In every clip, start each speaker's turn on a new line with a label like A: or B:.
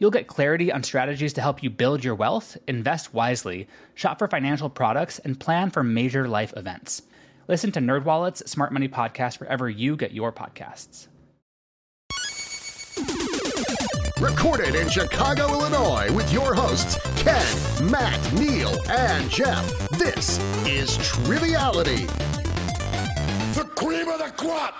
A: You'll get clarity on strategies to help you build your wealth, invest wisely, shop for financial products, and plan for major life events. Listen to NerdWallet's Smart Money Podcast wherever you get your podcasts.
B: Recorded in Chicago, Illinois, with your hosts, Ken, Matt, Neil, and Jeff. This is Triviality. The cream of the crop!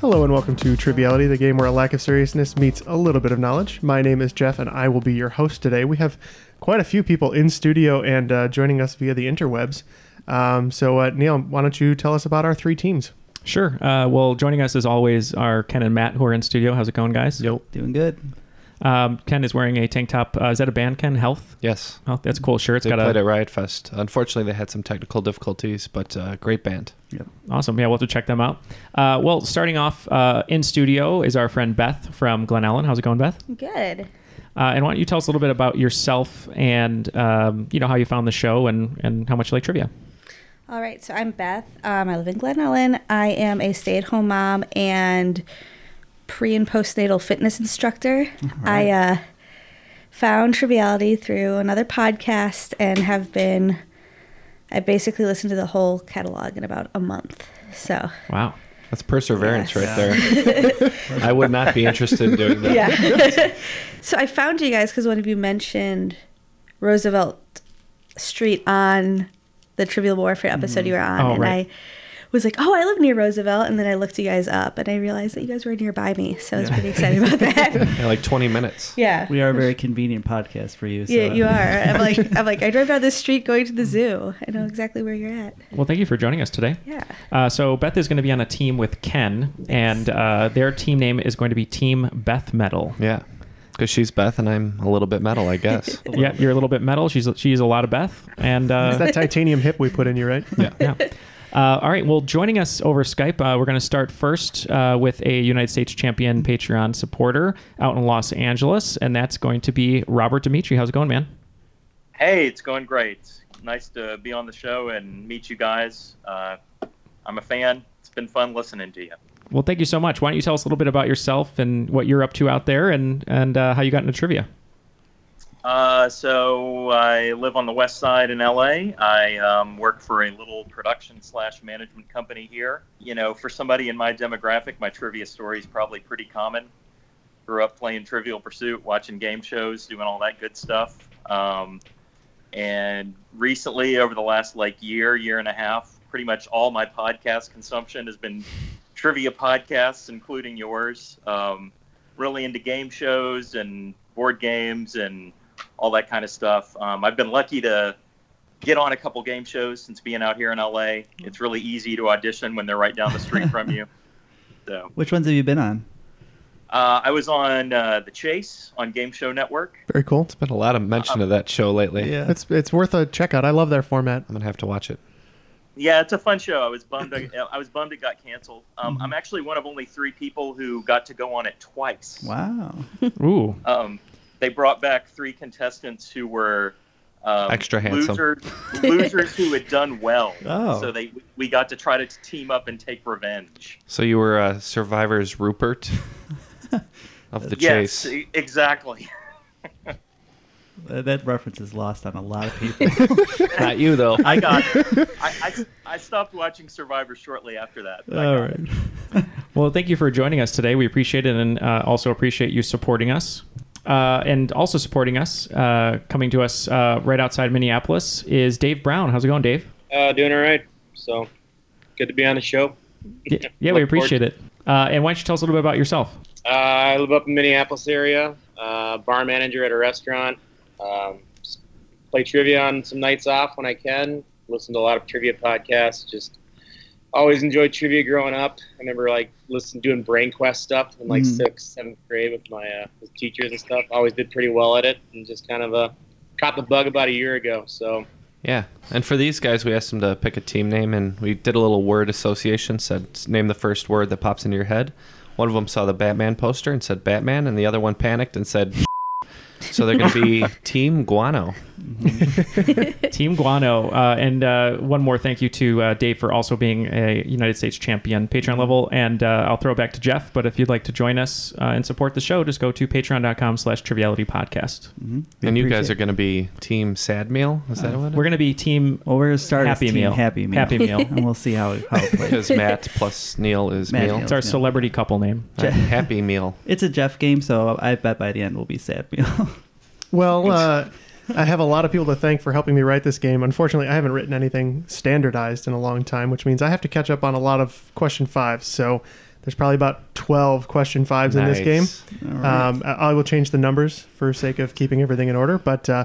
C: Hello and welcome to Triviality, the game where a lack of seriousness meets a little bit of knowledge. My name is Jeff and I will be your host today. We have quite a few people in studio and uh, joining us via the interwebs. Um, so, uh, Neil, why don't you tell us about our three teams?
D: Sure. Uh, well, joining us as always are Ken and Matt, who are in studio. How's it going, guys? Yep.
E: Doing good.
D: Um, Ken is wearing a tank top. Uh, is that a band, Ken? Health?
F: Yes.
D: Oh, that's a cool shirt. It's
F: They
D: got
F: played
D: a.
F: at Riot Fest. Unfortunately, they had some technical difficulties, but uh, great band.
D: Awesome. Yeah, we'll have to check them out. Uh, well, starting off uh, in studio is our friend Beth from Glen Ellen. How's it going, Beth?
G: Good.
D: Uh, and why don't you tell us a little bit about yourself and, um, you know, how you found the show and, and how much you like trivia?
G: All right. So I'm Beth. Um, I live in Glen Ellen. I am a stay at home mom and pre and postnatal fitness instructor. I uh, found Triviality through another podcast and have been, I basically listened to the whole catalog in about a month. So,
D: Wow.
F: That's perseverance right there. I would not be interested in doing that.
G: yeah. so I found you guys because one of you mentioned Roosevelt Street on the Trivial Warfare episode you were on,
D: Oh,
G: and
D: right.
G: I was like, "Oh, I live near Roosevelt," and then I looked you guys up, and I realized that you guys were nearby me, so I was pretty excited about that.
F: Yeah, like 20 minutes.
G: yeah.
E: We are a very convenient podcast for you. So.
G: yeah, you are. I'm like, I'm like, I drive down this street going to the zoo. I know exactly where you're at.
D: Well, thank you for joining us today.
G: Yeah.
D: Uh, so Beth is going to be on a team with Ken, and uh, their team name is going to be Team Beth Metal.
F: Yeah. Because she's Beth and I'm a little bit metal, I guess.
D: Yeah, you're a little bit metal. She's she's a lot of Beth, and uh,
C: It's that titanium hip we put in you, right?
F: yeah.
D: yeah. Uh, all right. Well, joining us over Skype, uh, we're going to start first uh, with a United States champion Patreon supporter out in Los Angeles, and that's going to be Robert Dimitri. How's it going, man?
H: Hey, it's going great. Nice to be on the show and meet you guys. Uh, I'm a fan. It's been fun listening to you.
D: Well, thank you so much. Why don't you tell us a little bit about yourself and what you're up to out there, and and uh, how you got into trivia?
H: Uh, so I live on the west side in LA. I um, work for a little production slash management company here. You know, for somebody in my demographic, my trivia story is probably pretty common. Grew up playing Trivial Pursuit, watching game shows, doing all that good stuff. Um, and recently, over the last like year, year and a half, pretty much all my podcast consumption has been trivia podcasts, including yours. Um, really into game shows and board games and all that kind of stuff. Um, I've been lucky to get on a couple game shows since being out here in LA. It's really easy to audition when they're right down the street from you. So
E: Which ones have you been on?
H: uh, I was on uh, the Chase on Game Show Network.
C: Very cool.
F: Been a lot of mention of that show lately.
C: It's, it's worth a checkout. I love their format.
F: I'm going to have to watch it.
H: Yeah, it's a fun show. I was bummed. I, I was bummed it got canceled. Um,
F: Mm-hmm.
H: I'm actually one of only three people who got to go on it twice.
E: Wow.
D: Ooh,
H: Um, they brought back three contestants who were um,
F: Extra handsome.
H: losers, losers who had done well.
E: Oh.
H: So they we got to try to team up and take revenge.
F: So you were uh, Survivor's Rupert of the
H: Yes,
F: chase.
H: e- exactly.
E: Uh, That reference is lost on a lot of people.
F: Not you, though.
H: I got. I, I I stopped watching Survivor shortly after that. but I
E: All
H: got
E: right.
D: Well, thank you for joining us today. We appreciate it and uh, also appreciate you supporting us. Uh, and also supporting us, uh, coming to us uh, right outside Minneapolis, is Dave Brown. How's it going, Dave?
I: Uh, doing all right. So good to be on the show.
D: Yeah, yeah we
I: Look forward
D: appreciate it. Uh, and why don't you tell us a little bit about yourself?
I: Uh, I live up in Minneapolis area. Uh, bar manager at a restaurant. Um, s- play trivia on some nights off when I can. Listen to a lot of trivia podcasts. Just always enjoyed trivia growing up. I remember like listening doing brain quest stuff in like
J: Mm.
I: sixth, seventh grade with my uh, with teachers and stuff. Always did pretty well at it, and just kind of uh, caught the bug about a year ago. So
F: Yeah. And for these guys, we asked them to pick a team name, and we did a little word association. Said, name the first word that pops into your head. One of them saw the Batman poster and said Batman, and the other one panicked and said. so they're going to be Team
E: Oh.
F: Guano.
D: Team Guano. Uh, and uh, one more thank you to uh, Dave for also being a United States champion Patreon level. And uh, I'll throw it back to Jeff. But if you'd like to join us uh, and support the show, just go to patreon.com slash triviality podcast. Mm-hmm.
E: We
F: And you guys
E: appreciate-
F: are going to be Team Sad Meal. Is that what?
D: We're going to be team well, we're gonna
E: Start as
D: happy,
E: Team
D: meal.
E: Happy Meal.
D: Happy Meal.
E: and we'll see how it, how it plays.
F: Because Matt plus Neil is
E: Matt
F: meal.
E: Neil It's our is meal.
D: celebrity couple name.
F: All right, Happy Meal.
E: It's a Jeff game, so I bet by the end we'll be sad meal.
C: Well, uh, I have a lot of people to thank for helping me write this game. Unfortunately, I haven't written anything standardized in a long time, which means I have to catch up on a lot of question fives. So there's probably about 12 question fives in
F: Nice.
C: this game. Um, I I will change the numbers for sake of keeping everything in order, but. Uh,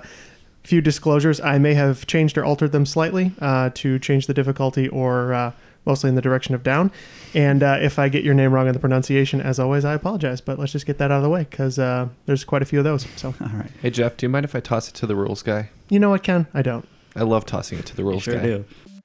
C: Few disclosures. I may have changed or altered them slightly uh, to change the difficulty or uh, mostly in the direction of down. And uh, if I get your name wrong in the pronunciation, as always, I apologize. But let's just get that out of the way because uh, there's quite a few of those. So, all right.
F: Hey, Jeff, do you mind if I toss it to the rules guy?
C: You know what, Ken? I don't.
F: I love tossing it to the rules guy.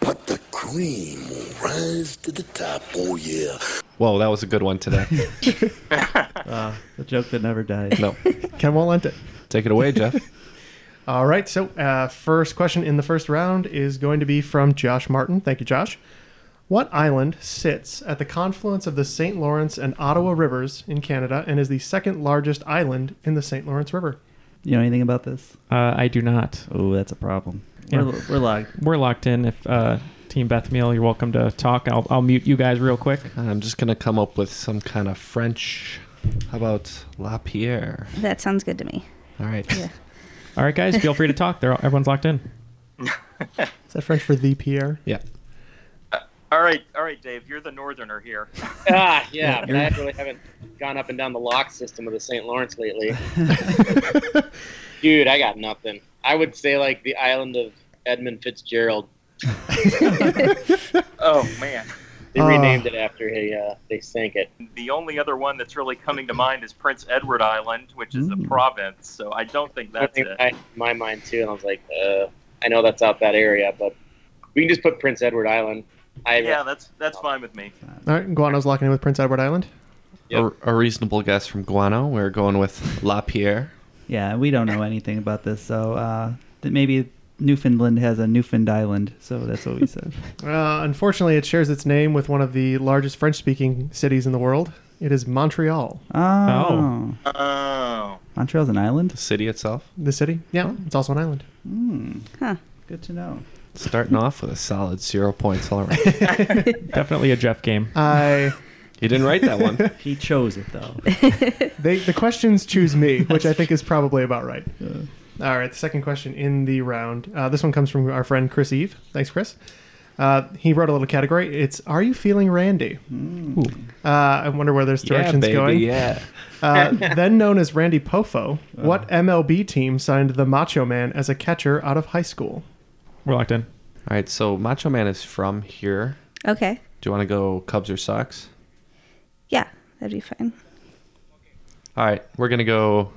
B: But the cream will rise to the top, oh yeah.
F: Whoa, that was a good one today.
E: uh, the joke that never dies.
F: No.
C: Ken won't lend it.
F: Take it away, Jeff.
C: All right. So, uh, first question in the first round is going to be from Josh Martin. Thank you, Josh. What island sits at the confluence of the St. Lawrence and Ottawa rivers in Canada and is the second largest island in the St. Lawrence River?
E: You know anything about this?
D: Uh, I do not.
E: Oh, that's a problem. We're,
D: Yeah.
E: we're locked.
D: We're locked in. If uh, Team Beth Meal, you're welcome to talk. I'll, I'll mute you guys real quick.
F: I'm just going to come up with some kind of French. How about Lapierre?
G: That sounds good to me.
F: All right.
G: Yeah.
D: All right, guys, feel free to talk. They're all, everyone's locked in.
C: Is that French for the Pierre?
F: Yeah.
H: All right, all right, Dave, you're the northerner here.
I: Ah, yeah,
H: Yeah,
I: but
H: you're-
I: I really haven't gone up and down the lock system of the St. Lawrence lately. Dude, I got nothing. I would say like the island of Edmund Fitzgerald.
H: oh man,
I: They
H: Ah.
I: renamed it after he, uh, they sank it.
H: the only other one that's really coming to mind is Prince Edward Island, which is
F: Mm.
H: a province. So I don't think
I: I
H: that's
I: think
H: it.
I: I, my mind too, and I was like, uh, I know that's out that area, but we can just put Prince Edward Island. I
H: yeah, that's that's fine with me.
C: All right. Guano's locking in with Prince Edward Island.
F: A, a reasonable guess from Guano. We're going with Lapierre.
E: Yeah, we don't know anything about this, so uh, that maybe Newfoundland has a Newfound Island, so that's what we said.
C: Uh, unfortunately, it shares its name with one of the largest French speaking cities in the world. It is Montreal.
E: Oh.
H: Oh.
E: Montreal's an island? The
F: city itself?
C: The city? Yeah. It's also an island.
E: Hmm.
G: Huh.
E: Good to know.
F: Starting off with a solid zero points all around.
D: Definitely a Jeff game.
C: I.
F: You didn't write that one.
E: He chose it, though.
C: they the questions choose me, which I think is probably about right. All right, the second question in the round. Uh, this one comes from our friend Chris Eve. Thanks, Chris. Uh, he wrote a little category. It's "Are you feeling Randy?" Uh, I wonder where this
F: Mm. Yeah,
C: direction's
F: baby,
C: going.
F: yeah. Uh-huh.
C: Uh, then known as Randy Pofo, what MLB team signed the Macho Man as a catcher out of high school?
D: We're locked in.
F: All right, so Macho Man is from here.
G: Okay.
F: Do you want to go Cubs or Sox?
G: Yeah, that'd be fine.
F: All right, we're going to go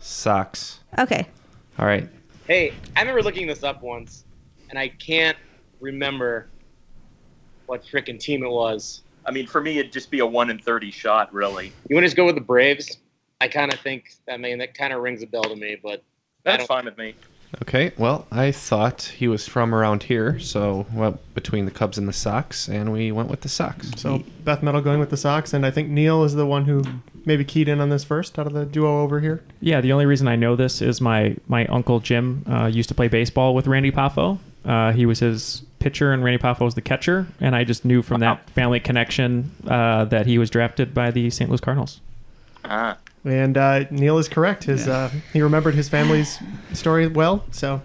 F: Sox.
G: Okay.
F: All right.
I: Hey, I remember looking this up once, and I can't remember what freaking team it was.
H: I mean, for me, it'd just be a one in thirty shot, really.
I: You want to just go with the Braves? I kind of think. I mean, that kind of rings a bell to me, but I
H: That's
I: don't-
H: fine with me.
F: Okay, well, I thought he was from around here, so well, between the Cubs and the Sox, and we went with the Sox.
C: So Beth Metal going with the Sox, and I think Neil is the one who maybe keyed in on this first out of the duo over here.
D: Yeah, the only reason I know this is my my uncle Jim uh, used to play baseball with Randy Poffo. Uh, he was his pitcher, and Randy Poffo was the catcher. And I just knew from that family connection uh, that he was drafted by the St. Louis Cardinals.
H: Ah.
C: And uh, Neil is correct. His uh, he remembered his family's story well. So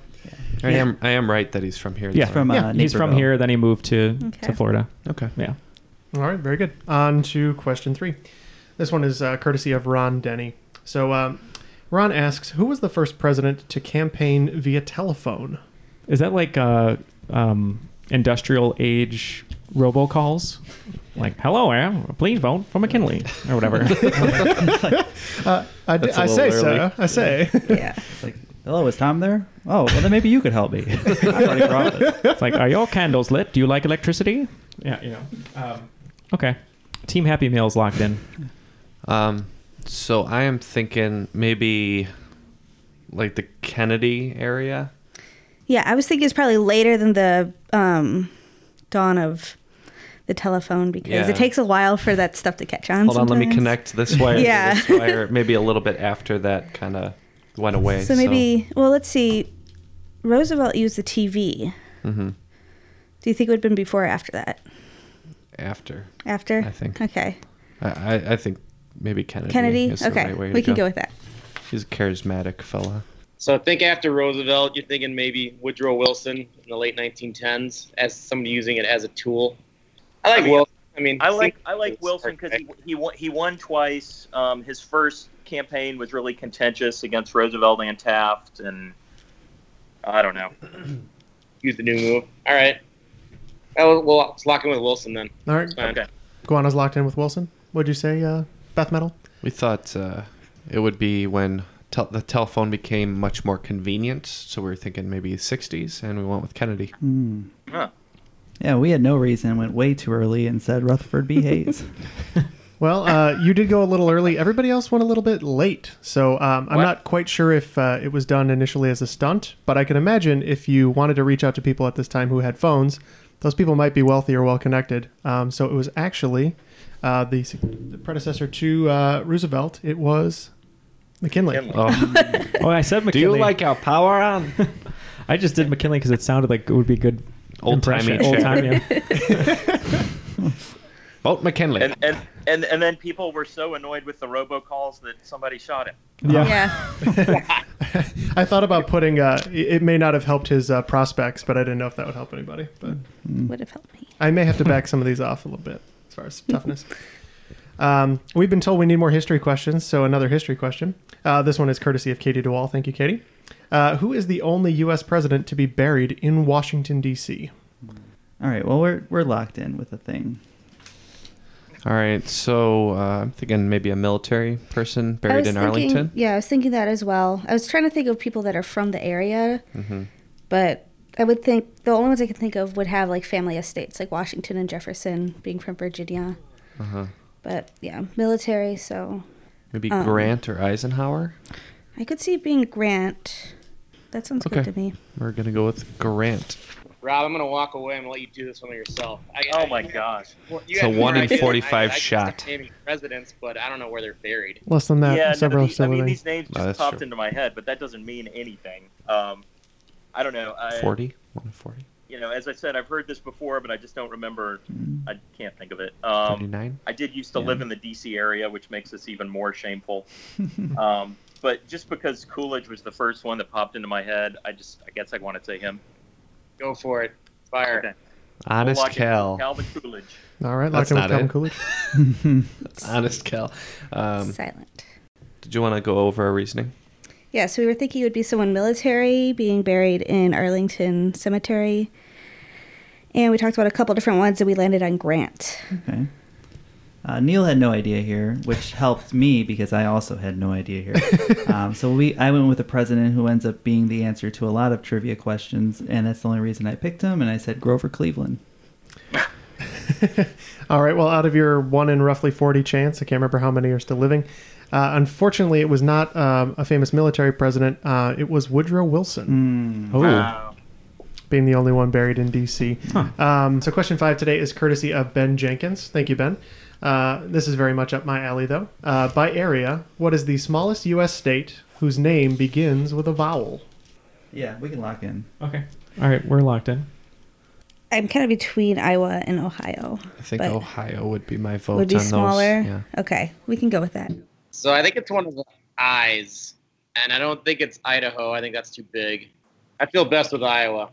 F: I am I am right that he's from here.
D: Yeah,
F: That's
C: from,
F: right.
C: uh,
D: he's from
C: Naperville.
D: here. Then he moved to
G: Okay.
D: to Florida.
F: Okay.
D: Yeah.
C: All right, very good. On to question three. This one is uh, courtesy of Ron Denny. So um, Ron asks, "Who was the first president to campaign via telephone?"
D: Is that like uh, um, industrial age robocalls? Like, hello, Anne, please vote for McKinley or whatever.
C: Uh, I, d-
E: That's a
C: I
E: little
C: say
E: early.
C: so. I say.
G: Yeah.
E: Hello, is Tom there? Oh, well, then maybe you could help me. I'm running for office.
D: it's like, uh, are your candles lit? Do you like electricity? Yeah, you know. Um, okay. Team Happy Meal's locked in.
F: Um, so I am thinking maybe like the Kennedy area.
G: Yeah, I was thinking it's probably later than the um, dawn of the telephone because
F: Yeah.
G: it takes a while for that stuff to catch on.
F: Hold on, let me
G: sometimes.
F: connect this wire.
G: Yeah.
F: yeah. This wire. Maybe a little bit after that kind of went away.
G: So maybe, well, let's see. Roosevelt used the TV.
F: hmm
G: Do you think it would have been before or after that?
F: after.
G: After?
F: I think.
G: Okay.
F: I, I, I think maybe Kennedy.
G: Kennedy?
F: Is The
G: Okay.
F: right way to
G: we can go with that.
F: He's a charismatic fella.
I: So think after Roosevelt, you're thinking maybe Woodrow Wilson in the late 1910s as somebody using it as a tool. I like
H: I mean,
I: Wilson. I mean,
H: I like
I: think-
H: I like Wilson because he he won, he won twice. Um, his first campaign was really contentious against Roosevelt and Taft, and I don't know.
I: use the new move. All right. Oh, well, let's lock in with Wilson then.
C: All right,
I: It's fine.
H: Okay.
C: Guano's locked in with Wilson. What'd you say, uh, Beth Metal?
F: We thought uh, it would be when tel- the telephone became much more convenient. So we were thinking maybe 60s, and we went with Kennedy.
E: Hmm.
H: Huh.
E: Yeah, we had no reason. Went way too early and said Rutherford B. Hayes.
C: Well, uh, you did go a little early. Everybody else went a little bit late. So um, I'm
H: What?
C: not quite sure if uh, it was done initially as a stunt, but I can imagine if you wanted to reach out to people at this time who had phones, those people might be wealthy or well connected. Um, so it was actually uh, the, the predecessor to uh, Roosevelt. It was McKinley.
F: Oh,
D: Oh, I said
F: do
D: McKinley.
F: you like our power on?
D: I just did McKinley because it sounded like it would be good
F: Old-timey
D: impression. Old-timey, yeah.
F: Vote McKinley.
H: And and and and then people were so annoyed with the robocalls that somebody shot him.
D: Yeah.
G: Yeah.
C: I thought about putting. Uh, it- it may not have helped his uh, prospects, but I didn't know if that would help anybody. But
G: Mm.
E: Mm.
G: would have helped me.
C: I may have to back some of these off a little bit as far as toughness. Um, we've been told we need more history questions, so another history question. Uh, this one is courtesy of Katie DeWall. Thank you, Katie. Uh, who is the only U.S. president to be buried in Washington, D.C.?
E: All right. Well, we're we're locked in with a thing.
F: All right, so uh, I'm thinking maybe a military person
G: I
F: buried
G: was
F: in
G: thinking-
F: Arlington.
G: Yeah, I was thinking that as well. I was trying to think of people that are from the area,
F: Mm-hmm.
G: but I would think the only ones I could think of would have like family estates, like Washington and Jefferson being from Virginia.
F: Uh-huh.
G: But yeah, military, so
F: Maybe
G: Um,
F: Grant or Eisenhower.
G: I could see it being Grant. That sounds
F: Okay.
G: good to me.
F: We're gonna go with Grant.
I: Rob, I'm gonna walk away. I'm gonna let you do this one yourself. I,
H: Oh
I: I-
H: my gosh.
I: you
F: So
I: had more
F: one in
I: ideas.
F: 45
I: I, I
F: shot.
I: kept naming presidents, but I don't know where they're buried.
C: Less than that,
H: yeah, no,
C: several,
H: these, I
C: several
H: mean
C: things.
H: these names
F: No,
H: just
F: that's
H: popped
F: true.
H: into my head, but that doesn't mean anything. Um, I don't know. I,
F: 40? One in 40?
H: You know, as I said, I've heard this before, but I just don't remember. I can't think of it. Um,
F: 39?
H: I did used to
E: Yeah.
H: live in the DC area, which makes this even more shameful. um, but just because Coolidge was the first one that popped into my head, I just I guess I want to say him.
I: Go for it. Fire.
H: Okay.
F: Honest
H: We'll lock it.
F: Cal.
H: Calvin Coolidge.
C: All right,
F: That's
C: locked in with
F: not
C: Calvin
F: it.
C: Coolidge.
F: Honest Cal. Um,
G: Silent.
F: did you want to go over our reasoning?
G: Yeah, so we were thinking it would be someone military being buried in Arlington Cemetery. And we talked about a couple different ones and we landed on Grant.
E: Okay. Uh, Neil had no idea here, which helped me because I also had no idea here. um, so we, I went with a president who ends up being the answer to a lot of trivia questions, and that's the only reason I picked him. And I said Grover Cleveland.
C: All right. Well, out of your one in roughly 40 chance, I can't remember how many are still living. Uh, unfortunately, it was not um, a famous military president. Uh, it was Woodrow Wilson.
D: Oh.
H: Wow.
C: Being the only one buried in D.C. Um, so, question five today is courtesy of Ben Jenkins. Thank you, Ben. Uh, this is very much up my alley, though. Uh, by area, what is the smallest U.S. state whose name begins with a vowel?
E: Yeah, we can lock in.
D: Okay. All right, we're locked in.
G: I'm kind of between Iowa and Ohio.
F: I think
G: but
F: Ohio would be my vote
G: would be
F: on
G: smaller.
F: those. Yeah.
G: Okay, we can go with that.
I: So I think it's one of the eyes, and I don't think it's Idaho. I think that's too big. I feel best with Iowa.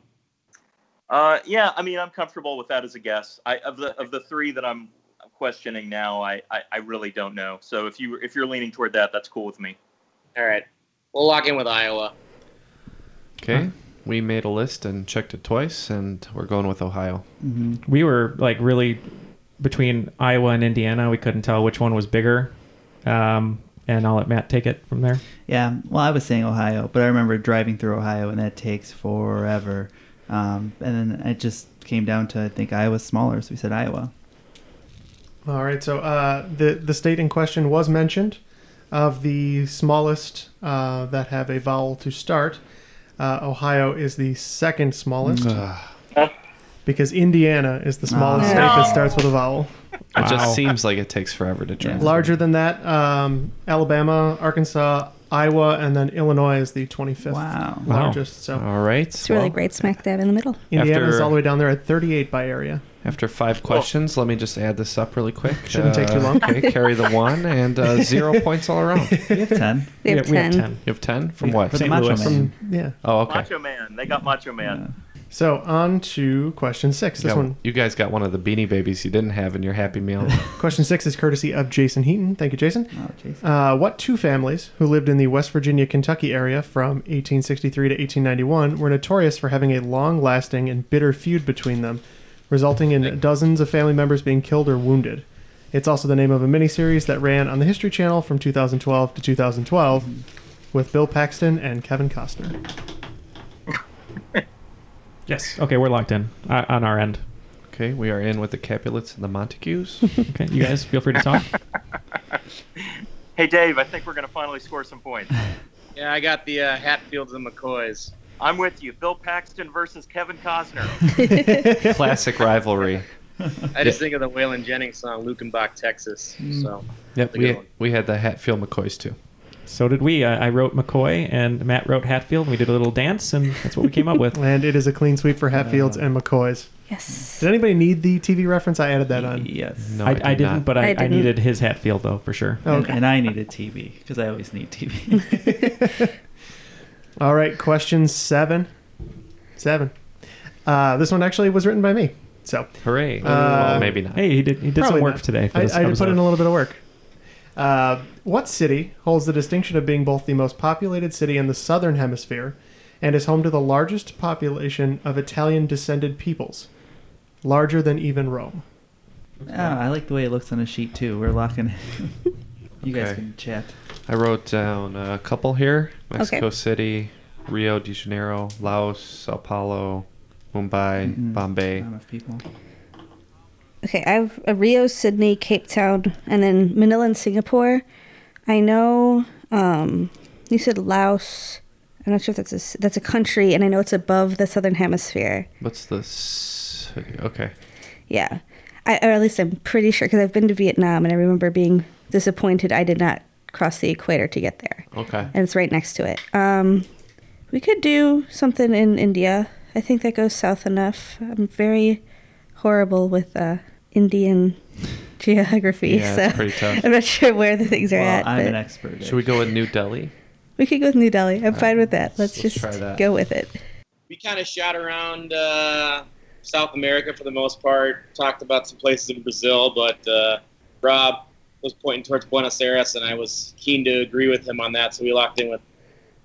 H: Uh, yeah, I mean, I'm comfortable with that as a guess. I of the of the three that I'm questioning now, I, I, I really don't know. So if you if you're leaning toward that, that's cool with me.
I: All right, we'll lock in with Iowa.
F: Okay. We made a list and checked it twice, and we're going with Ohio.
D: We were like really between Iowa and Indiana. We couldn't tell which one was bigger. Um, and I'll let Matt take it from there.
E: Yeah, well, I was saying Ohio, but I remember driving through Ohio, and that takes forever. Um, and then it just came down to I think Iowa's smaller, so we said Iowa.
C: All right. So uh, the the state in question was mentioned of the smallest uh, that have a vowel to start. Uh, Ohio is the second smallest because Indiana is the smallest
G: Ah.
C: state that starts with a vowel.
F: It
D: Wow.
F: just seems like it takes forever to draft.
C: Larger than that, um, Alabama, Arkansas, Iowa, and then Illinois is the 25th
E: Wow.
D: Wow.
C: largest. So
F: All right.
G: It's really
F: well,
G: great smack dab in the middle.
C: Indiana is
F: After-
C: all the way down there at 38 by area.
F: After five questions, let me just add this up really quick. Uh,
C: Shouldn't take too long.
F: Okay, carry the one and uh, zero points all around. You
E: We have ten.
G: They have
D: we, have,
G: ten.
D: we have 10.
F: have ten from what?
E: For the Macho
D: Louis.
E: Man.
C: Yeah.
F: Oh, okay.
H: Macho Man, they got Macho Man.
C: So on to question six.
F: You
C: This
F: got-
C: one,
F: You guys got one of the beanie babies you didn't have in your Happy Meal.
C: question six, is courtesy of Jason Heaton. Thank you, Jason.
E: Oh, jeez.
C: Uh, what two families who lived in the West Virginia, Kentucky area from 1863 to 1891 were notorious for having a long lasting and bitter feud between them, resulting in dozens of family members being killed or wounded? It's also the name of a miniseries that ran on the History Channel from 2012 to 2012 with Bill Paxton and Kevin Costner.
D: Yes. Okay, we're locked in uh, on our end.
F: okay, we are in with the Capulets and the Montagues.
D: Okay, you guys feel free to talk.
H: Hey Dave, I think we're gonna finally score some points.
I: Yeah, I got the uh, Hatfields and McCoys.
H: I'm with you. Bill Paxton versus Kevin Costner.
F: Classic rivalry.
I: I just think of the Waylon Jennings song "Lukenbach, Texas." So
F: Yep,
I: a good
F: we,
I: one.
F: we had the Hatfield McCoys too.
D: so did we. I, I wrote McCoy and Matt wrote Hatfield. And we did a little dance, and that's what we came up with.
C: And it is a clean sweep for Hatfields and McCoys.
G: Yes.
C: Did anybody need the TV reference? I added that on.
E: Yes.
F: No,
D: I, I,
F: did
D: didn't,
F: not.
D: but I,
G: I
D: I,
G: didn't.
D: needed his Hatfield, though, for sure.
C: Oh,
E: And-
C: okay.
E: And, I needed TV because I always need TV.
C: All right, question seven. Seven. Uh, this one actually was written by me. So
F: Hooray.
C: Uh,
F: well, maybe not.
D: Hey, he did, he did some
C: Probably
D: work
C: not.
D: today. For
C: I,
D: this
C: I did put
D: episode.
C: in a little bit of work. Uh, what city holds the distinction of being both the most populated city in the southern hemisphere and is home to the largest population of Italian descended peoples, larger than even Rome?
E: oh, I like the way it looks on a sheet too. We're locking. in. you guys
F: Okay.
E: can chat.
F: I wrote down a couple here Mexico
G: Okay.
F: City, Rio de Janeiro, Laos, Sao Paulo, Mumbai,
C: Mm-hmm.
F: Bombay.
E: Amount of people.
G: Okay, I have uh, Rio, Sydney, Cape Town, and then Manila and Singapore. I know um, you said Laos. I'm not sure if that's a s- that's a country, and I know it's above the southern hemisphere.
F: What's the city? Okay.
G: Yeah, I, or at least I'm pretty sure because I've been to Vietnam, and I remember being disappointed I did not cross the equator to get there,
F: Okay.
G: and it's right next to it. Um, we could do something in India. I think that goes south enough. I'm very horrible with uh, Indian geography,
F: Yeah,
G: so
F: it's pretty tough.
G: I'm not sure where the things are
E: Well,
G: at.
E: I'm
G: but
E: an expert. at-
F: Should we go with New Delhi?
G: we could go with New Delhi. I'm fine with that. Let's,
F: let's try
G: just
F: that.
G: go with it.
I: we kind of shot around uh, South America for the most part. Talked about some places in Brazil, but uh, Rob was pointing towards Buenos Aires, and I was keen to agree with him on that, so we locked in with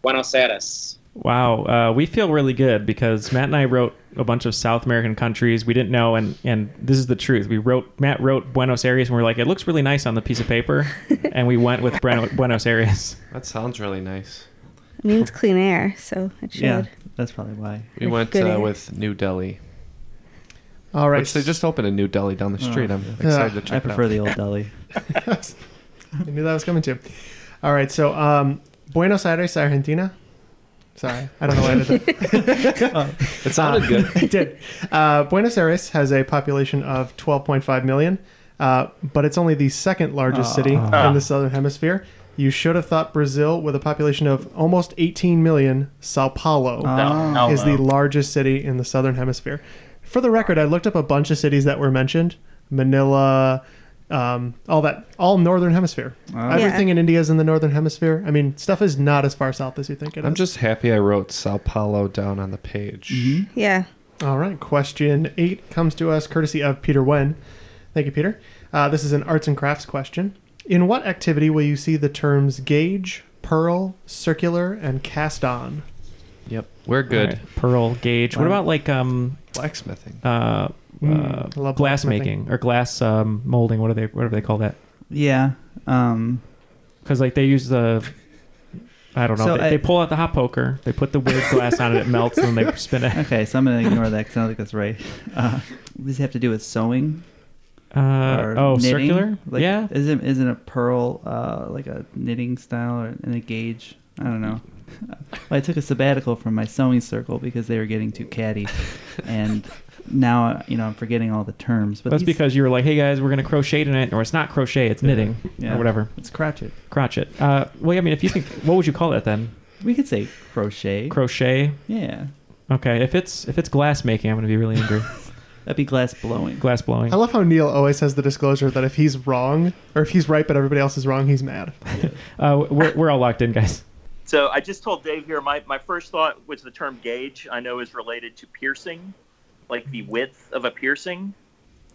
I: Buenos Aires.
D: Wow, uh, we feel really good because Matt and I wrote a bunch of South American countries we didn't know, and and this is the truth. We wrote Matt wrote Buenos Aires, and we are like, it looks really nice on the piece of paper, and we went with Bren- Buenos Aires.
F: That sounds really nice.
G: It means clean air, so it should.
E: Yeah, that's probably why.
F: We
G: Like
F: went
G: good
F: uh,
G: air.
F: with New Delhi.
C: All right.
F: Which they just opened a new deli down the street. I'm
C: Oh. Yeah.
F: excited to check
E: I
F: it
E: prefer
F: out.
E: the old deli.
C: I knew that was coming too. All right, so um, Buenos Aires, Argentina. Sorry, I don't know why I did that.
F: It sounded good.
C: it did. Uh, Buenos Aires has a population of 12.5 million, uh, but it's only the second largest city in the southern hemisphere. You should have thought Brazil, with a population of almost 18 million, Sao Paulo
H: No, no,
C: is the
H: no.
C: largest city in the southern hemisphere. For the record, I looked up a bunch of cities that were mentioned: Manila, um, all that, all northern hemisphere. Everything in India is in the northern hemisphere. I mean, stuff is not as far south as you think it is.
F: I'm just happy I wrote Sao Paulo down on the page.
H: Mm-hmm.
G: Yeah.
C: All right. Question eight comes to us courtesy of Peter Wen. Thank you, Peter. Uh, this is an arts and crafts question. In what activity will you see the terms gauge, pearl, circular, and cast on?
F: Yep, we're good.
D: All right, Pearl gauge. What about like um
F: Blacksmithing.
D: uh,
C: Mm, I
D: uh
C: love
D: glass
C: blacksmithing.
D: making or glass um, molding? What are they? Whatever they call that.
E: Yeah. Um,
D: Because like they use the. I don't know.
E: So
D: they,
E: I-
D: they pull out the hot poker. They put the weird glass on it. It melts and then they spin it.
E: okay, so I'm gonna ignore that because I don't think that's right. Uh, does it have to do with sewing
D: Uh,
E: or
D: oh,
E: knitting?
D: circular.
E: Like,
D: yeah.
E: Isn't isn't a pearl uh, like a knitting style or and a gauge? I don't know. Well, I took a sabbatical from my sewing circle because they were getting too catty, and now you know I'm forgetting all the terms. But
D: That's
E: these-
D: because you were like, "Hey guys, we're gonna crochet tonight," or it's not crochet, it's knitting
E: Yeah.
D: or whatever.
E: it's crotchet.
D: Crotchet. Uh, well, yeah, I mean, if you think, what would you call that then?
E: We could say crochet.
D: Crochet.
E: yeah,
D: Okay. If it's if it's glass making, I'm gonna be really angry.
E: that'd be glass blowing.
D: glass blowing.
C: I love how Neil always has the disclosure that if he's wrong, or if he's right but everybody else is wrong, he's mad.
D: Uh, we're, we're all locked in, guys.
H: So I just told Dave here my, my first thought was the term gauge I know is related to piercing, like the width of a piercing.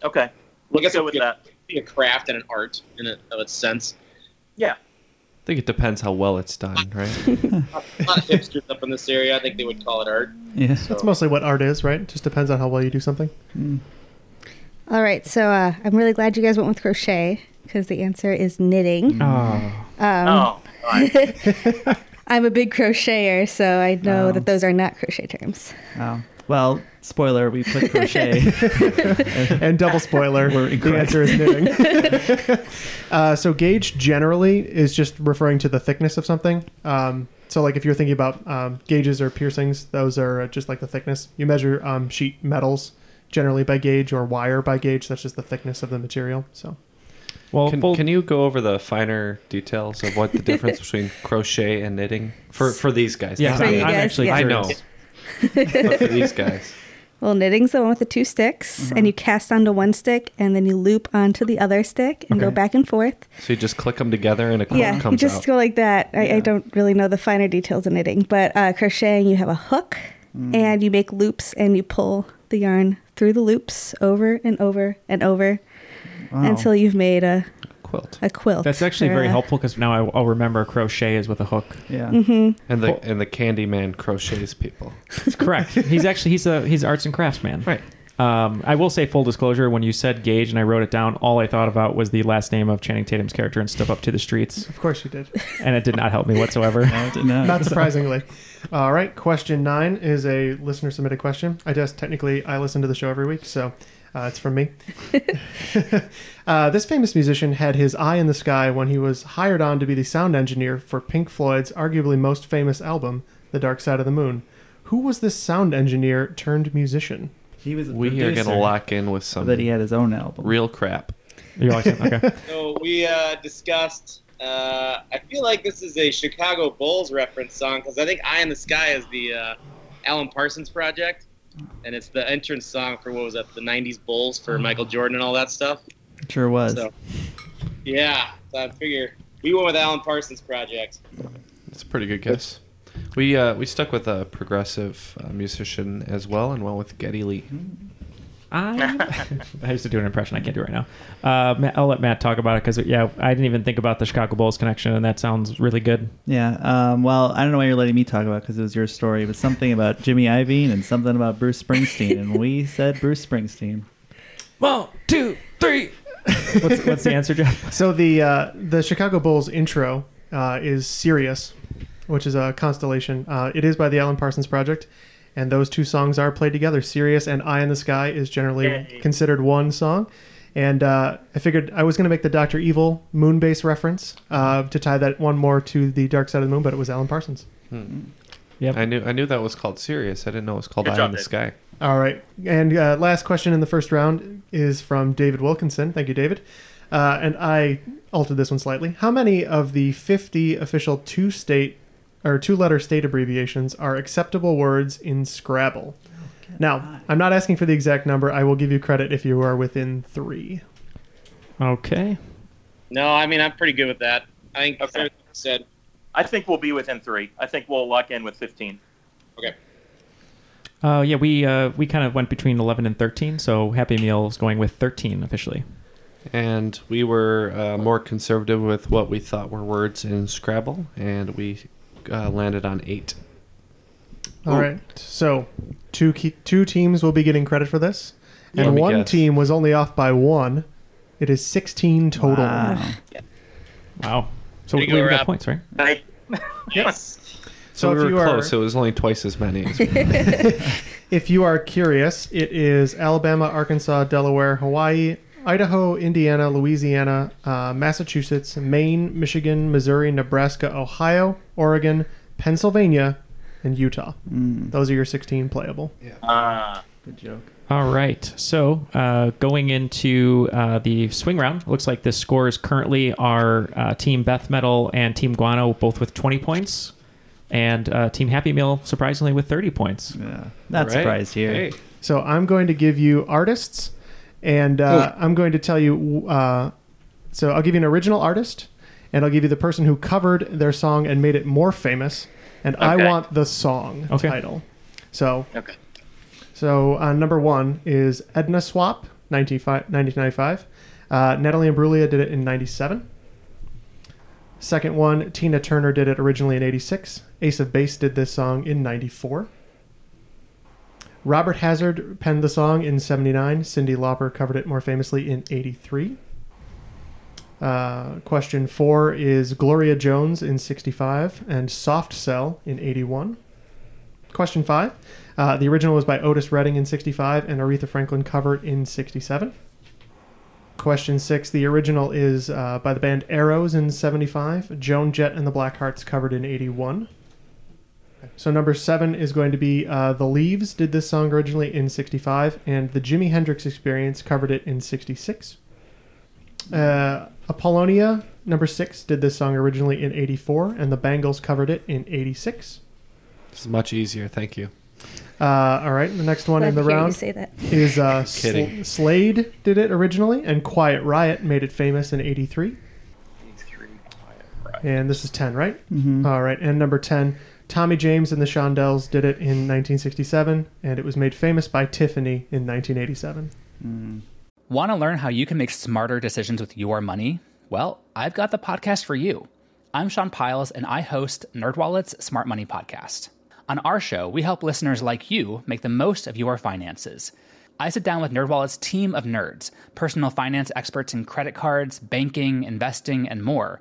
H: Okay.
I: Look
H: Let's go
I: at the-
H: with that.
I: Be a craft and an art in it, of its sense.
H: Yeah.
F: I think it depends how well it's done, right?
I: A lot of hipsters up in this area, I think they would call it art.
E: Yeah.
C: That's mostly what art is, right? Just depends on how well you do something.
G: All right. So uh, I'm really glad you guys went with crochet because the answer is knitting. Um,
D: Oh.
H: oh, God.
G: I'm a big crocheter, so I know
E: Oh.
G: that those are not crochet terms.
E: Oh. Well, spoiler, we put crochet.
C: And double spoiler, the answer is knitting. uh, so gauge generally is just referring to the thickness of something. Um, so like if you're thinking about um, gauges or piercings, those are uh, just like the thickness. You measure um, sheet metals generally by gauge or wire by gauge. That's just the thickness of the material. So
D: Well,
F: Can,
D: full-
F: can you go over the finer details of what the difference between crochet and knitting for for these guys?
D: yeah,
F: Not
G: For
D: I'm,
G: you
F: me,
D: I'm
G: guys,
D: actually
G: yeah.
F: I know,
D: curious.
F: but for these guys, Mm-hmm.
G: Well, knitting's the one with the two sticks, and you cast onto one stick, and then you loop onto the other stick and go
D: Okay.
G: back and forth.
F: so you just click them together and a quilt
G: yeah, you
F: um, comes
G: just
F: out.
G: go like that. I, I don't really know the finer details of knitting, but uh, crocheting, you have a hook,
F: Mm.
G: and you make loops, and you pull the yarn through the loops over and over and over
E: Wow.
G: until you've made a,
F: quilt
G: a quilt. Uh,
D: That's actually
G: or
D: very
G: a-
D: helpful because now I, I'll remember crochet is with a hook.
E: yeah.
F: and the and the Candyman crochets people.
D: That's correct. he's actually he's a he's arts and crafts man.
F: Right.
D: Um, I will say full disclosure. When you said Gage and I wrote it down, all I thought about was the last name of Channing Tatum's character in Step Up to the Streets,
C: of course you did.
D: and it did not help me whatsoever.
E: I did not.
C: Not surprisingly. All right, question nine is a listener submitted question. I guess technically I listen to the show every week, so uh, it's from me. uh, this famous musician had his eye in the sky when he was hired on to be the sound engineer for Pink Floyd's arguably most famous album, The Dark Side of the Moon. Who was this sound engineer turned musician?
E: He was a
F: We are
E: producer,
F: gonna lock in with some
E: But he had his own album.
F: real crap.
D: You're like, okay.
I: So we uh, discussed. Uh, I feel like this is a Chicago Bulls reference song because I think "Eye in the Sky" is the uh, Alan Parsons project, and it's the entrance song for what was that the '90s Bulls for Michael Jordan and all that stuff.
E: Sure was.
I: So, yeah, so I figure we went with Alan Parsons project.
F: It's a pretty good guess. We uh, we stuck with a progressive uh, musician as well, and went with Geddy Lee.
D: I I used to do an impression. I can't do it right now. Uh, Ma- I'll let Matt talk about it because yeah, I didn't even think about the Chicago Bulls connection, and that sounds really good.
E: Yeah. Um, well, I don't know why you're letting me talk about because it was your story, but something about Jimmy Iovine and something about Bruce Springsteen, and we said Bruce Springsteen.
D: One, two, three. what's, what's the answer, Jeff?
C: So the uh, the Chicago Bulls intro uh, is Sirius, which is a constellation. Uh, it is by the Alan Parsons Project, and those two songs are played together. Sirius and Eye in the Sky is generally considered one song. And uh, I figured I was going to make the Doctor Evil moon base reference uh, to tie that one more to the Dark Side of the Moon, but it was Alan Parsons.
D: Yep.
F: Hmm. I knew I knew that was called Sirius. I didn't know it was called
H: Good
F: Eye
H: job,
F: in the
H: Dave.
F: Sky.
C: All right. And uh, last question in the first round is from David Wilkinson. Thank you, David. Uh, and I altered this one slightly. How many of the 50 official two state or two letter state abbreviations are acceptable words in Scrabble? Now, I'm not asking for the exact number. I will give you credit if you are within three.
D: Okay.
I: No, I mean I'm pretty good with that. I think
H: Okay.
I: everything I said.
H: I think we'll be within three. I think we'll lock in with 15.
D: Uh, yeah, we uh, we kind of went between eleven and thirteen, so Happy Meal is going with thirteen officially.
F: And we were uh, more conservative with what we thought were words in Scrabble, and we uh, landed on eight.
C: All right. So, two key, two teams will be getting credit for this,
F: Let
C: and
F: me
C: one
F: guess.
C: team was only off by one. It is 16 total.
E: Wow.
D: Wow. So
I: There
D: we,
I: you go,
D: we got
I: Rob.
D: points, right?
H: I,
F: So,
C: So, if
F: we
C: you
F: were
C: are
F: close. It was only twice as many. As
C: If you are curious, it is Alabama, Arkansas, Delaware, Hawaii, Idaho, Indiana, Louisiana, uh, Massachusetts, Maine, Michigan, Missouri, Nebraska, Ohio, Oregon, Pennsylvania, and Utah. Those are your 16 playable.
H: uh,
E: Good joke.
D: All right. So uh, going into uh, the swing round, looks like the scores currently are uh, Team Beth Metal and Team Guano both with 20 points, and uh, Team Happy Meal surprisingly with 30 points.
E: Yeah. Not
F: Right?
E: surprised here.
F: Hey.
C: So I'm going to give you artists, and uh, I'm going to tell you. Uh, so I'll give you an original artist, and I'll give you the person who covered their song and made it more famous, and I
H: Okay.
C: want the song
D: Okay.
C: title. So
H: okay.
C: So uh, number one is Edna Swap, 1995 1995. Uh, Natalie Imbruglia did it in 97. Second one, Tina Turner did it originally in 86. Ace of Base did this song in 94. Robert Hazard penned the song in 79. Cindy Lauper covered it more famously in 83. Uh, question four is Gloria Jones in 65 and Soft Cell in 81. Question five. Uh, the original was by Otis Redding in 65 and Aretha Franklin covered in 67. Question six. The original is uh, by the band Arrows in 75, Joan Jett and the Blackhearts covered in 81. So number seven is going to be uh, The Leaves did this song originally in 65 and The Jimi Hendrix Experience covered it in 66. Uh, Apollonia, number six, did this song originally in 84 and The Bangles covered it in 86.
F: This is much easier. Thank you.
C: Uh, all right, the next one
G: Glad
C: in the
G: to hear you
C: round
G: say that.
C: is uh, Sl-
F: Kidding.
C: Slade did it originally, and Quiet Riot made it famous in '83. And this is ten, right?
E: Mhm.
C: All right, and number ten, Tommy James and the Shondells did it in 1967, and it was made famous by Tiffany in 1987.
A: Want to Hmm. learn how you can make smarter decisions with your money? Well, I've got the podcast for you. I'm Sean Piles and I host NerdWallet's Smart Money Podcast. On our show, we help listeners like you make the most of your finances. I sit down with NerdWallet's team of nerds, personal finance experts in credit cards, banking, investing, and more.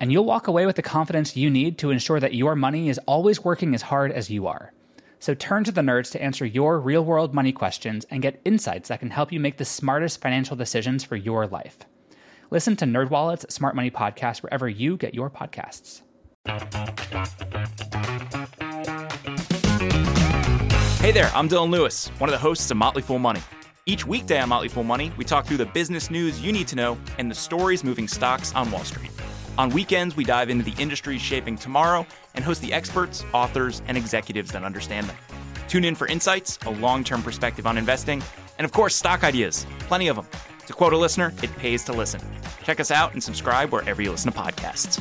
A: And you'll walk away with the confidence you need to ensure that your money is always working as hard as you are. So turn to the nerds to answer your real world money questions and get insights that can help you make the smartest financial decisions for your life. Listen to NerdWallet's Smart Money Podcast wherever you get your podcasts.
I: Uh,
J: Hey there, I'm Dylan Lewis, one of the hosts of Motley Fool Money. Each weekday on Motley Fool Money, we talk through the business news you need to know and the stories moving stocks on Wall Street. On weekends, we dive into the industries shaping tomorrow and host the experts, authors, and executives that understand them. Tune in for insights, a long term perspective on investing, and of course, stock ideas. Plenty of them. To quote a listener, it pays to listen. Check us out and subscribe wherever you listen to podcasts.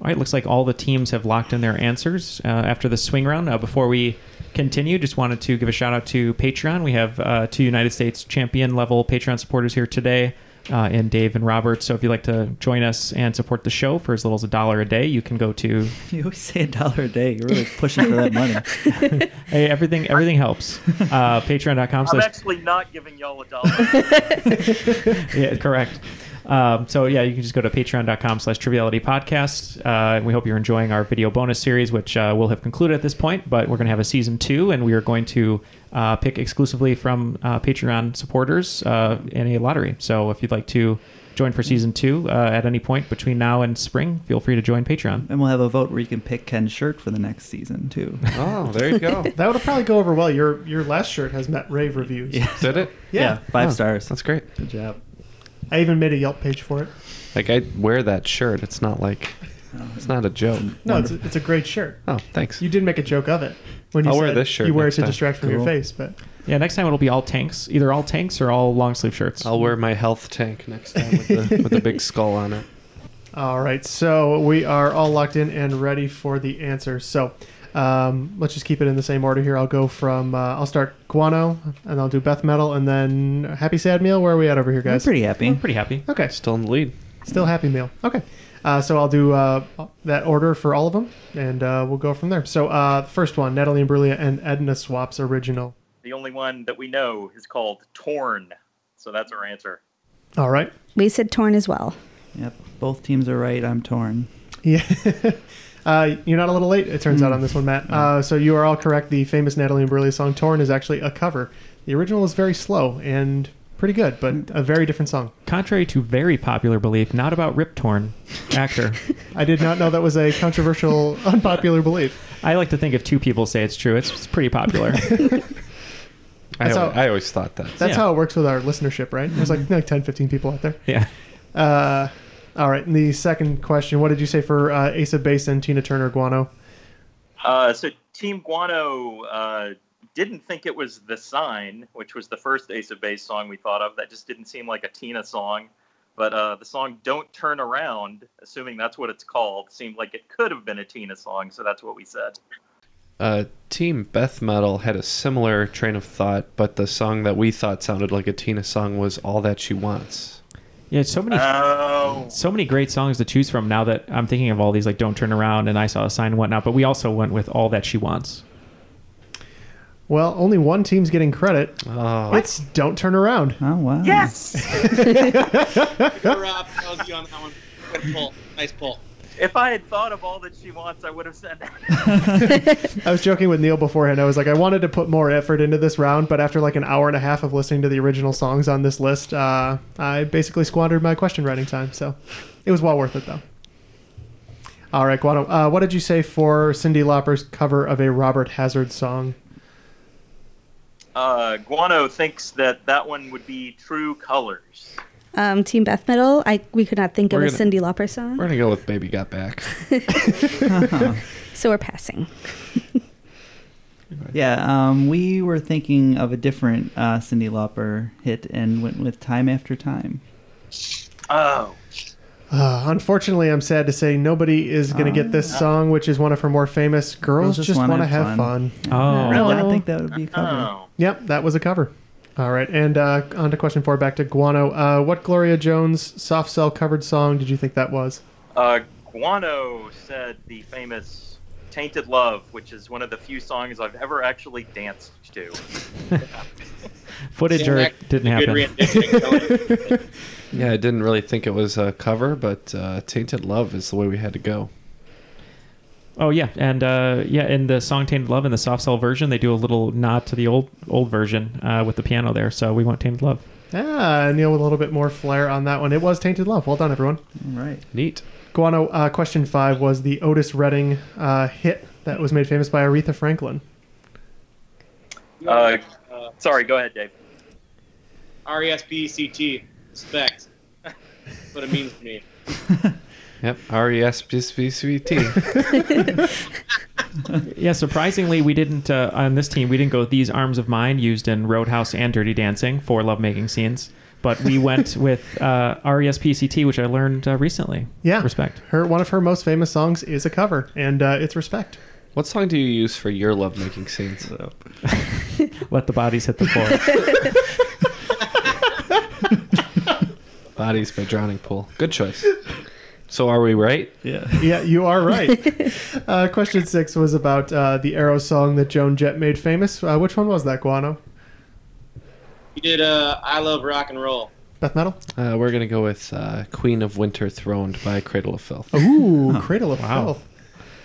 D: All right, looks like all the teams have locked in their answers uh, after the swing round. Uh, before we continue, just wanted to give a shout out to Patreon. We have uh, two United States champion level Patreon supporters here today, uh, and Dave and Robert. So if you'd like to join us and support the show for as little as a dollar a day, you can go to.
E: You always say a dollar a day. You're really pushing for that money.
D: Hey, everything everything helps. Uh, Patreon.com
H: I'm
D: slash
H: actually not giving y'all a dollar.
D: yeah, correct. Um, so yeah, you can just go to patreon.com slash triviality podcast. Uh, we hope you're enjoying our video bonus series, which uh, will have concluded at this point, but we're going to have a season two and we are going to uh, pick exclusively from uh, Patreon supporters uh, in a lottery. So if you'd like to join for season two uh, at any point between now and spring, feel free to join Patreon.
E: And we'll have a vote where you can pick Ken's shirt for the next season too.
F: Oh, there you go.
C: That would probably go over well. Your your last shirt has met rave reviews.
F: Did it?
C: Yeah.
E: five
F: Oh,
E: stars.
F: That's great.
E: Good job.
C: I even made a Yelp page for it.
F: Like I wear that shirt. It's not like it's not a joke.
C: No, it's a, it's a great shirt.
F: Oh, thanks.
C: You did make a joke of it when you
F: I'll
C: said
F: wear this shirt
C: you wear it
F: next
C: to
F: time.
C: distract from your
E: Cool.
C: face, but
D: Yeah, next time it'll be all tanks, either all tanks or all long sleeve shirts.
F: I'll wear my health tank next time with the with the big skull on it.
C: All right, so we are all locked in and ready for the answer. So um, let's just keep it in the same order here. I'll go from uh, I'll start Guano, and I'll do Beth Metal, and then Happy Sad Meal. Where are we at over here,
E: I'm
C: guys?
E: pretty happy.
D: Pretty happy.
C: okay,
F: Still in the lead.
C: still Happy Meal. Okay, uh, so I'll do uh, that order for all of them, and uh, we'll go from there. So uh, the first one, Natalie Imbruglia and Edna Swaps original.
H: the only one that we know is called Torn. So that's our answer.
C: All right,
G: We said torn as well.
E: Yep. Both teams are right. I'm torn.
C: yeah. Uh, you're not a little late, it turns out, on this one,
E: Mm.
C: Matt. Uh, so you are all correct. The famous Natalie Imbruglia song "Torn" is actually a cover. The original is very slow and pretty good, but
E: Mm.
C: a very different song.
D: Contrary to very popular belief, not about Rip Torn, actor.
C: I did not know that was a controversial, unpopular belief.
D: I like to think if two people say it's true, it's, it's pretty popular.
F: I,
C: That's
F: al-
C: how-
F: I always thought that.
C: That's
D: Yeah. Mm-hmm.
C: how it works with our listenership, right? There's like, like 10, 15 people out there.
D: yeah.
C: Uh, all right, and the second question what did you say for uh, Ace of Base and Tina Turner Guano?
H: Uh, so Team Guano uh, didn't think it was The Sign, which was the first Ace of Base song we thought of. That just didn't seem like a Tina song. But uh, the song Don't Turn Around, assuming that's what it's called, seemed like it could have been a Tina song. So that's what we said.
F: Uh, Team Beth Metal had a similar train of thought, but the song that we thought sounded like a Tina song was "All That She Wants."
D: Yeah, so many
H: Oh.
D: so many great songs to choose from now that I'm thinking of all these like Don't Turn Around and I Saw a Sign and whatnot, but we also went with All That She Wants.
C: Well, only one team's getting credit.
F: Oh,
C: It's Don't Turn Around.
E: Oh wow.
H: Yes!
I: Rob, that was you on that one. Good pull. Nice pull.
H: if I had thought of all that she wants, I would have said that.
C: I was joking with Neil beforehand. I was like, I wanted to put more effort into this round, but after like an hour and a half of listening to the original songs on this list, uh, I basically squandered my question writing time. So it was well worth it, though. All right, Guano. Uh, what did you say for Cindy Lauper's cover of a Robert Hazard song?
H: Uh, Guano thinks that that one would be True Colors.
G: Um, Team Beth Metal. I we could not think
F: We're
G: of
F: gonna-
G: a Cindy Lauper
F: we're
G: song,
F: gonna go with "Baby Got Back."
G: so we're passing.
E: Yeah. Um, we were thinking of a different uh, Cindy Lauper hit and went with Time After Time.
H: Oh.
C: Uh, unfortunately, I'm sad to say nobody is going to get this song, which is one of her more famous "Girls, Just, Want to Have Fun."
D: Oh.
E: No, I
C: Really?
E: think that would be a cover.
H: Oh.
C: Yep, that was a cover. All right, and uh, on to question four. Back to Guano. Uh, what Gloria Jones soft cell covered song did you think that was?
H: Uh, Guano said the famous Tainted Love, which is one of the few songs I've ever actually danced to.
D: Footage or
I: Zach,
D: didn't
I: Good
D: happen.
I: rendition. Kelly.
F: yeah, I didn't really think it was a cover, but uh, "Tainted Love" is the way we had to go.
D: Oh yeah, and uh, yeah, in the song "Tainted Love" in the soft cell version, they do a little nod to the old old version uh, with the piano there. So we want "Tainted Love."
C: Ah, Neil with a little bit more flair on that one. It was Tainted Love. Well done, everyone.
E: All right.
F: Neat.
C: Guano, uh, question five was the Otis Redding uh, hit that was made famous by Aretha Franklin.
H: Uh, sorry, go ahead, Dave.
I: R E S P E C T. Respect. That's what it means to me.
F: Yep. R E S P C V T.
D: Yeah, surprisingly, we didn't uh, on this team. We didn't go "These Arms of Mine" used in Roadhouse and Dirty Dancing for lovemaking scenes, but we went with uh, "R.E.S.P.C.T.," which I learned uh, recently.
C: Yeah,
D: respect.
C: Her one of her most famous songs is a cover, and uh, it's Respect.
F: What song do you use for your lovemaking scenes?
D: Let the bodies hit the floor.
F: Bodies by Drowning Pool. Good choice. So are we right?
D: Yeah.
C: yeah, you are right. uh, question six was about uh, the Arrow song that Joan Jett made famous. Uh, which one was that, Guano?
I: You did uh, I Love Rock and Roll.
C: Beth Metal?
F: Uh, we're gonna go with uh, "Queen of Winter Throned" by Cradle of Filth.
C: Ooh, Cradle of Filth.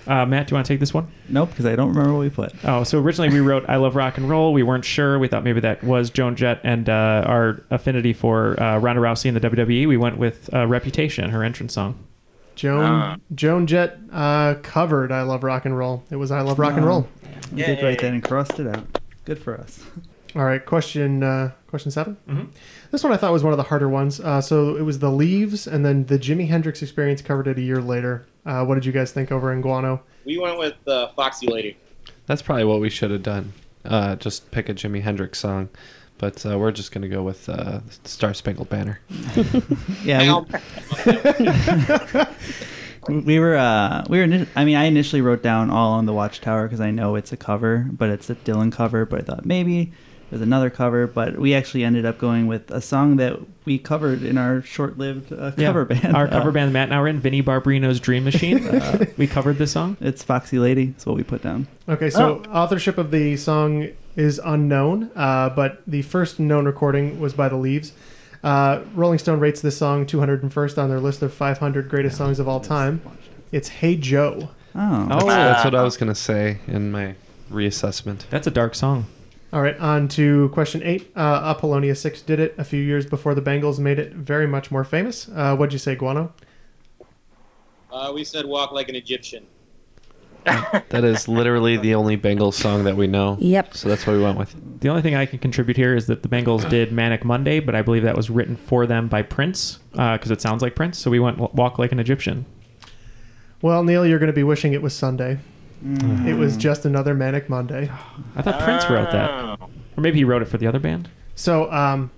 D: Uh, Matt, do you want to take this one?
E: Nope, because I don't remember what we put.
D: Oh, so originally we wrote "I Love Rock and Roll." We weren't sure. We thought maybe that was Joan Jett and uh, our affinity for uh, Ronda Rousey in the WWE. We went with uh, "Reputation," her entrance song.
C: Joan Joan Jett uh, covered "I Love Rock and Roll." It was "I Love Rock and
E: Oh.
C: Roll."
E: We did write that and crossed it out. Good for us.
C: All right, question uh, question 7 This one I thought was one of the harder ones. Uh, so it was the Leaves, and then the Jimi Hendrix Experience covered it a year later. Uh, what did you guys think over in Guano?
I: We went with uh, Foxy Lady.
F: That's probably what we should have done. Uh, just pick a Jimi Hendrix song, but uh, we're just gonna go with uh, "Star Spangled Banner."
E: Yeah, we, we were. Uh, we were. ini- I mean, I initially wrote down "All on the Watchtower" because I know it's a cover, but it's a Dylan cover. But I thought maybe there's another cover. But we actually ended up going with a song that we covered in our short-lived uh, cover band.
D: Our
E: Uh,
D: cover band, Matt and I were in Vinnie Barbarino's Dream Machine. we covered this song.
E: It's "Foxy Lady." That's what we put down.
C: Okay, so authorship of the song is unknown, uh, but the first known recording was by the Leaves. Uh, Rolling Stone rates this song 201st on their list of 500 greatest songs of all time. It's "Hey Joe."
E: Oh,
F: Oh, that's what I was gonna say in my reassessment.
D: Ah. That's a dark song.
C: All right, on to question eight. Uh, Apollonia Six did it a few years before the Bengals made it very much more famous. Uh, what'd you say, Guano?
I: Uh, we said Walk Like an Egyptian.
F: That is literally the only Bengals song that we know.
G: Yep.
F: So that's what we went with.
D: The only thing I can contribute here is that the Bengals did Manic Monday, but I believe that was written for them by Prince because it sounds like Prince. So we went Walk Like an Egyptian.
C: Well, Neil, you're going to be wishing it was Sunday. It was just another manic Monday.
D: I thought Prince wrote that, or maybe he wrote it for the other band.
C: So, um,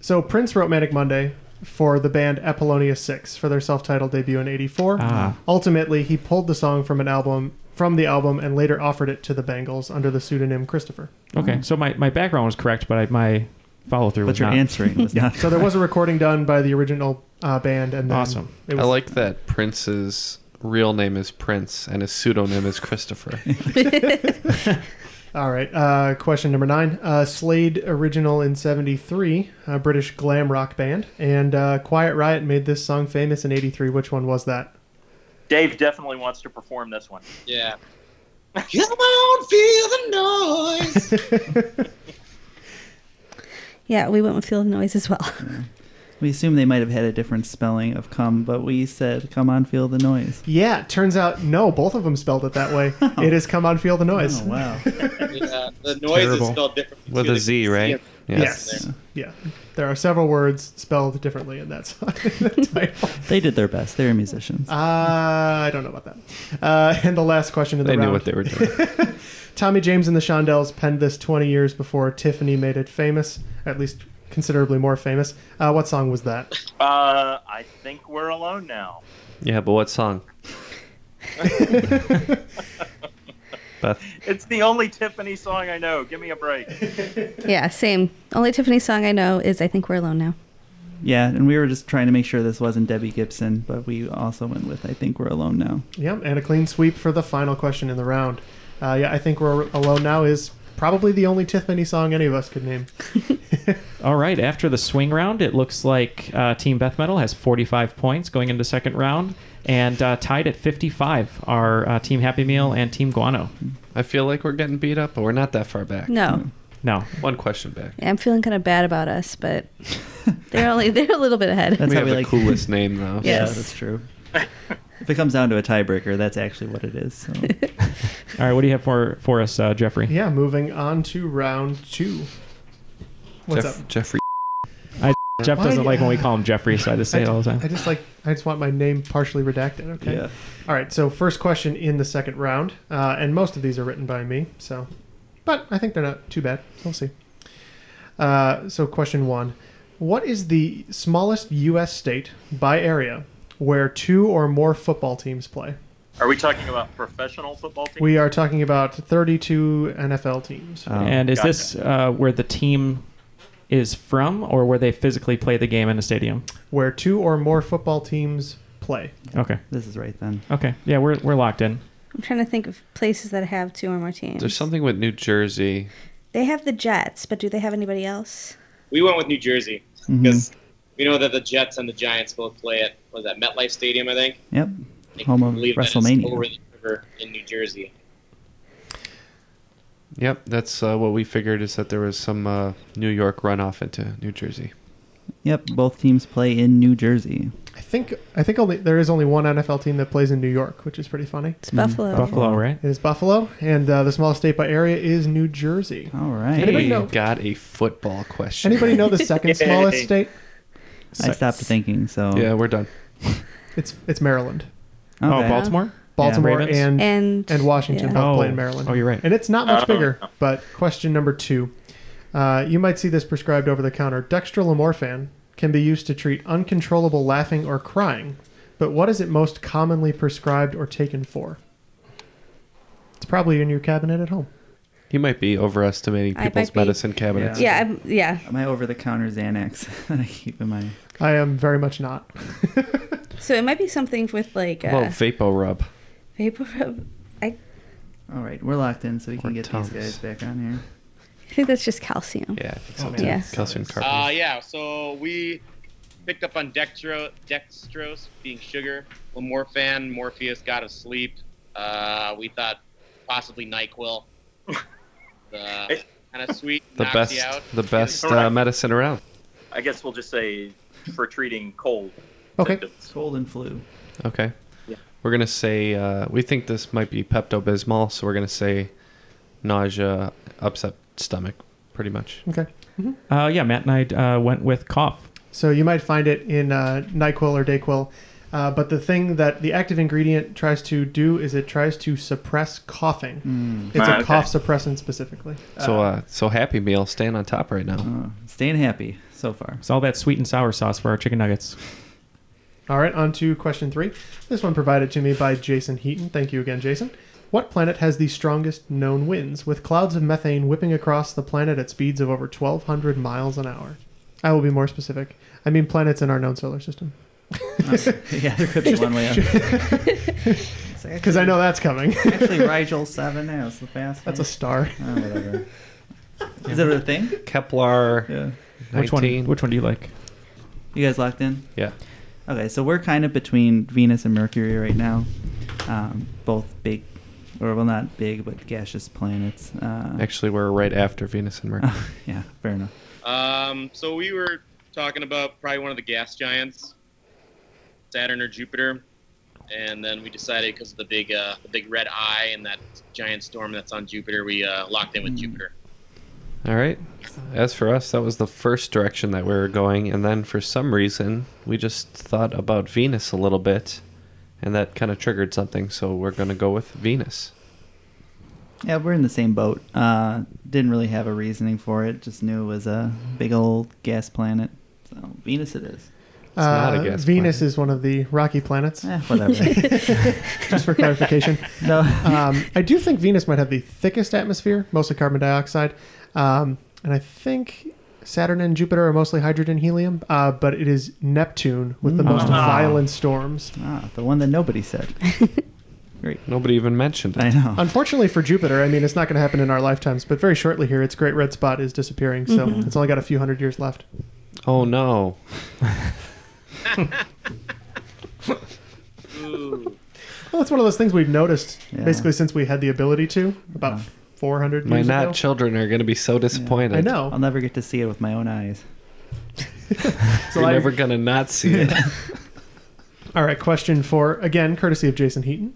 C: so Prince wrote Manic Monday for the band Apollonia Six for their self-titled debut in '84.
D: Ah.
C: Ultimately, he pulled the song from an album from the album and later offered it to the Bengals under the pseudonym Christopher.
D: Okay, so my, my background was correct, but I, my follow through
E: Mm. But
D: was
E: your
D: not.
E: answering was not.
C: So there was a recording done by the original uh, band, and then
D: Awesome.
C: It
F: I
C: was,
F: like that Prince's real name is Prince and his pseudonym is Christopher.
C: All right. Uh, question number nine. Uh, Slade, original in '73, a British glam rock band, and uh, Quiet Riot made this song famous in '83. Which one was that?
H: Dave definitely wants to perform this one.
I: Yeah. Come on, feel the noise.
G: Yeah, we went with Feel the Noise as well.
E: We assume they might have had a different spelling of "come," but we said "Come on, feel the noise."
C: Yeah, turns out no, both of them spelled it that way. It is "Come on, feel the noise."
E: Oh wow!
I: yeah, Uh, the noise
F: terrible.
I: is spelled differently.
F: With
I: too.
F: a Z, right?
C: Yes. Yeah. There are several words spelled differently in that song. in the title.
E: they did their best. They were musicians.
C: uh, I don't know about that. Uh, and the last question of the
F: They
C: round.
F: knew what they were doing.
C: Tommy James and the Shondells penned this 20 years before Tiffany made it famous, at least considerably more famous. Uh, what song was that?
H: Uh, I think we're alone now.
F: yeah, but what song? Beth.
H: It's the only Tiffany song I know. Give me a break.
G: yeah, same. Only Tiffany song I know is I Think We're Alone Now.
E: Yeah, and we were just trying to make sure this wasn't Debbie Gibson, but we also went with I think we're alone now.
C: Yep, and a clean sweep for the final question in the round. Uh, yeah, I think we're alone now is probably the only Tiffany song any of us could name.
D: All right, after the swing round, it looks like uh, Team Beth Metal has 45 points going into second round, and uh, tied at 55 are uh, Team Happy Meal and Team Guano.
F: I feel like we're getting beat up, but we're not that far back.
G: No.
D: No,
F: One question back.
G: Yeah, I'm feeling kind of bad about us, but they're only they're a little bit ahead.
E: That's
F: we
E: how
F: have
E: we
F: the
E: like.
F: coolest name though.
E: Yeah,
G: Yes.
E: that's true. if it comes down to a tiebreaker, that's actually what it is. So.
D: All right, what do you have for for us, uh, Jeffrey?
C: Yeah, moving on to round two. What's
F: Jeff-
C: up?
F: Jeffrey.
D: Jeff
C: Why-
D: doesn't like when we call him Jeffrey, so I just say it all the
C: I
D: time.
C: just like I just want my name partially redacted. Okay.
E: Yeah.
C: All right. So first question in the second round, uh, and most of these are written by me. So, but I think they're not too bad. We'll see. Uh, so question one: What is the smallest U.S. state by area where two or more football teams play?
H: Are we talking about professional football teams?
C: We are talking about 32 NFL teams.
F: Um,
D: and is this uh, where the team is from, or where they physically play the game in a stadium?
C: where two or more football teams play?
D: Okay.
E: This is right then.
D: Okay. Yeah, we're we're locked in.
G: I'm trying to think of places that have two or more teams.
F: There's something with New Jersey.
G: They have the Jets, but do they have anybody else?
I: We went with New Jersey
E: Mm-hmm.
I: because we know that the Jets and the Giants both play at was that MetLife Stadium, I think.
E: Yep.
I: I
E: Home of
I: believe that is over
E: WrestleMania.
I: the river in New Jersey.
F: Yep, that's uh, what we figured is that there was some uh, New York runoff into New Jersey.
E: Yep. Both teams play in New Jersey.
C: I think I think only there is only one NFL team that plays in New York, which is pretty funny.
G: It's
E: Mm-hmm.
G: Buffalo.
D: Mm. Buffalo, right?
C: It is Buffalo, and uh, the smallest state by area is New Jersey.
E: All right.
C: Anybody
F: We
C: know-
F: got a football question.
C: Anybody know the second smallest state?
E: I stopped thinking. So
F: Yeah, we're done.
C: It's it's Maryland.
D: Oh,
E: Okay.
D: Baltimore.
C: Baltimore
D: Ravens?
C: and, and
G: And
C: Washington
G: yeah.
C: both play in
D: Oh.
C: Maryland.
D: Oh, you're right.
C: And it's not much
H: Oh.
C: bigger. But question number two: uh, You might see this prescribed over the counter. Dextromorphan can be used to treat uncontrollable laughing or crying, but what is it most commonly prescribed or taken for? It's probably in your cabinet at home.
F: He might be overestimating
G: I
F: people's
G: might be.
F: medicine cabinets.
G: Yeah, I'm, yeah.
E: My over-the-counter Xanax that I keep in my.
C: I am very much not.
G: So it might be something with like
F: Well,
G: uh,
F: Vapo Rub.
G: vapor rub. I
E: All right, we're locked in, so we can
F: Or
E: get
F: Tums.
E: these guys back on here.
G: think that's just calcium.
F: Yeah, I think so too.
G: Yeah.
F: Calcium
I: Uh,
F: carbonate.
I: yeah, so we picked up on dextro, dextrose being sugar. Lamorphan, Morpheus, God of Sleep. Uh, we thought possibly NyQuil. The kind of sweet,
F: the
I: knocks
F: best,
I: you out.
F: the best
H: All right.
F: uh, medicine around.
H: I guess we'll just say for treating cold.
C: Okay.
H: symptoms.
E: Cold and flu.
F: Okay.
H: Yeah.
F: We're gonna say uh, we think this might be Pepto Bismol, so we're gonna say nausea, upset stomach, pretty much.
C: Okay.
D: Uh, yeah, Matt and I uh, went with cough.
C: So you might find it in uh, NyQuil or DayQuil. Uh, but the thing that the active ingredient tries to do is it tries to suppress coughing. It's
H: Ah,
C: a
H: okay.
C: cough suppressant specifically.
F: So, uh, so Happy Meal staying on top right now.
E: Oh, staying happy so far.
D: It's all that sweet and sour sauce for our chicken nuggets.
C: All right, on to question three. This one provided to me by Jason Heaton. Thank you again, Jason. What planet has the strongest known winds, with clouds of methane whipping across the planet at speeds of over 1,200 miles an hour? I will be more specific. I mean, planets in our known solar system.
E: yeah, there could be one way.
C: Because I know that's coming.
E: Actually, Rigel Seven. That was the fast.
C: that's a
E: one.
C: star.
E: Oh, whatever. Is that a thing?
F: Kepler.
E: Yeah.
F: 19.
D: Which one? Which one do you like?
E: You guys locked in?
F: Yeah.
E: Okay, so we're kind of between Venus and Mercury right now. Um, both big, or well, not big, but gaseous planets. Uh,
F: Actually, we're right after Venus and Mercury.
E: yeah, fair enough.
I: Um, so we were talking about probably one of the gas giants, Saturn or Jupiter, and then we decided because of the big, uh, the big red eye and that giant storm that's on Jupiter, we uh, locked in with Jupiter.
F: All right. As for us, that was the first direction that we were going, and then for some reason, we just thought about Venus a little bit, and that kind of triggered something. So we're gonna go with Venus.
E: Yeah, we're in the same boat. Uh, didn't really have a reasoning for it. Just knew it was a big old gas planet. So Venus it is.
F: not a
C: Uh,
F: gas
C: Venus
F: planet.
C: is one of the rocky planets,
E: Eh, whatever.
C: just for clarification.
E: no.
C: um, I do think Venus might have the thickest atmosphere, mostly carbon dioxide, um, and I think Saturn and Jupiter are mostly hydrogen helium. Uh, but it is Neptune with the most violent storms.
E: Mm. Ah, the one that nobody said.
F: Nobody even mentioned
E: I
F: it.
E: know.
C: Unfortunately for Jupiter, I mean it's not going to happen in our lifetimes, but very shortly here, its great red spot is disappearing, so
E: Mm-hmm.
C: it's only got a few hundred years left.
F: Oh no.
C: Well, it's one of those things we've noticed
E: Yeah.
C: basically since we had the ability to about 400
F: My
C: years
F: not
C: ago.
F: children are gonna be so disappointed.
C: I know.
E: I'll never get to see it with my own eyes.
F: You're never gonna not see it.
C: All right, question four, again, courtesy of Jason Heaton.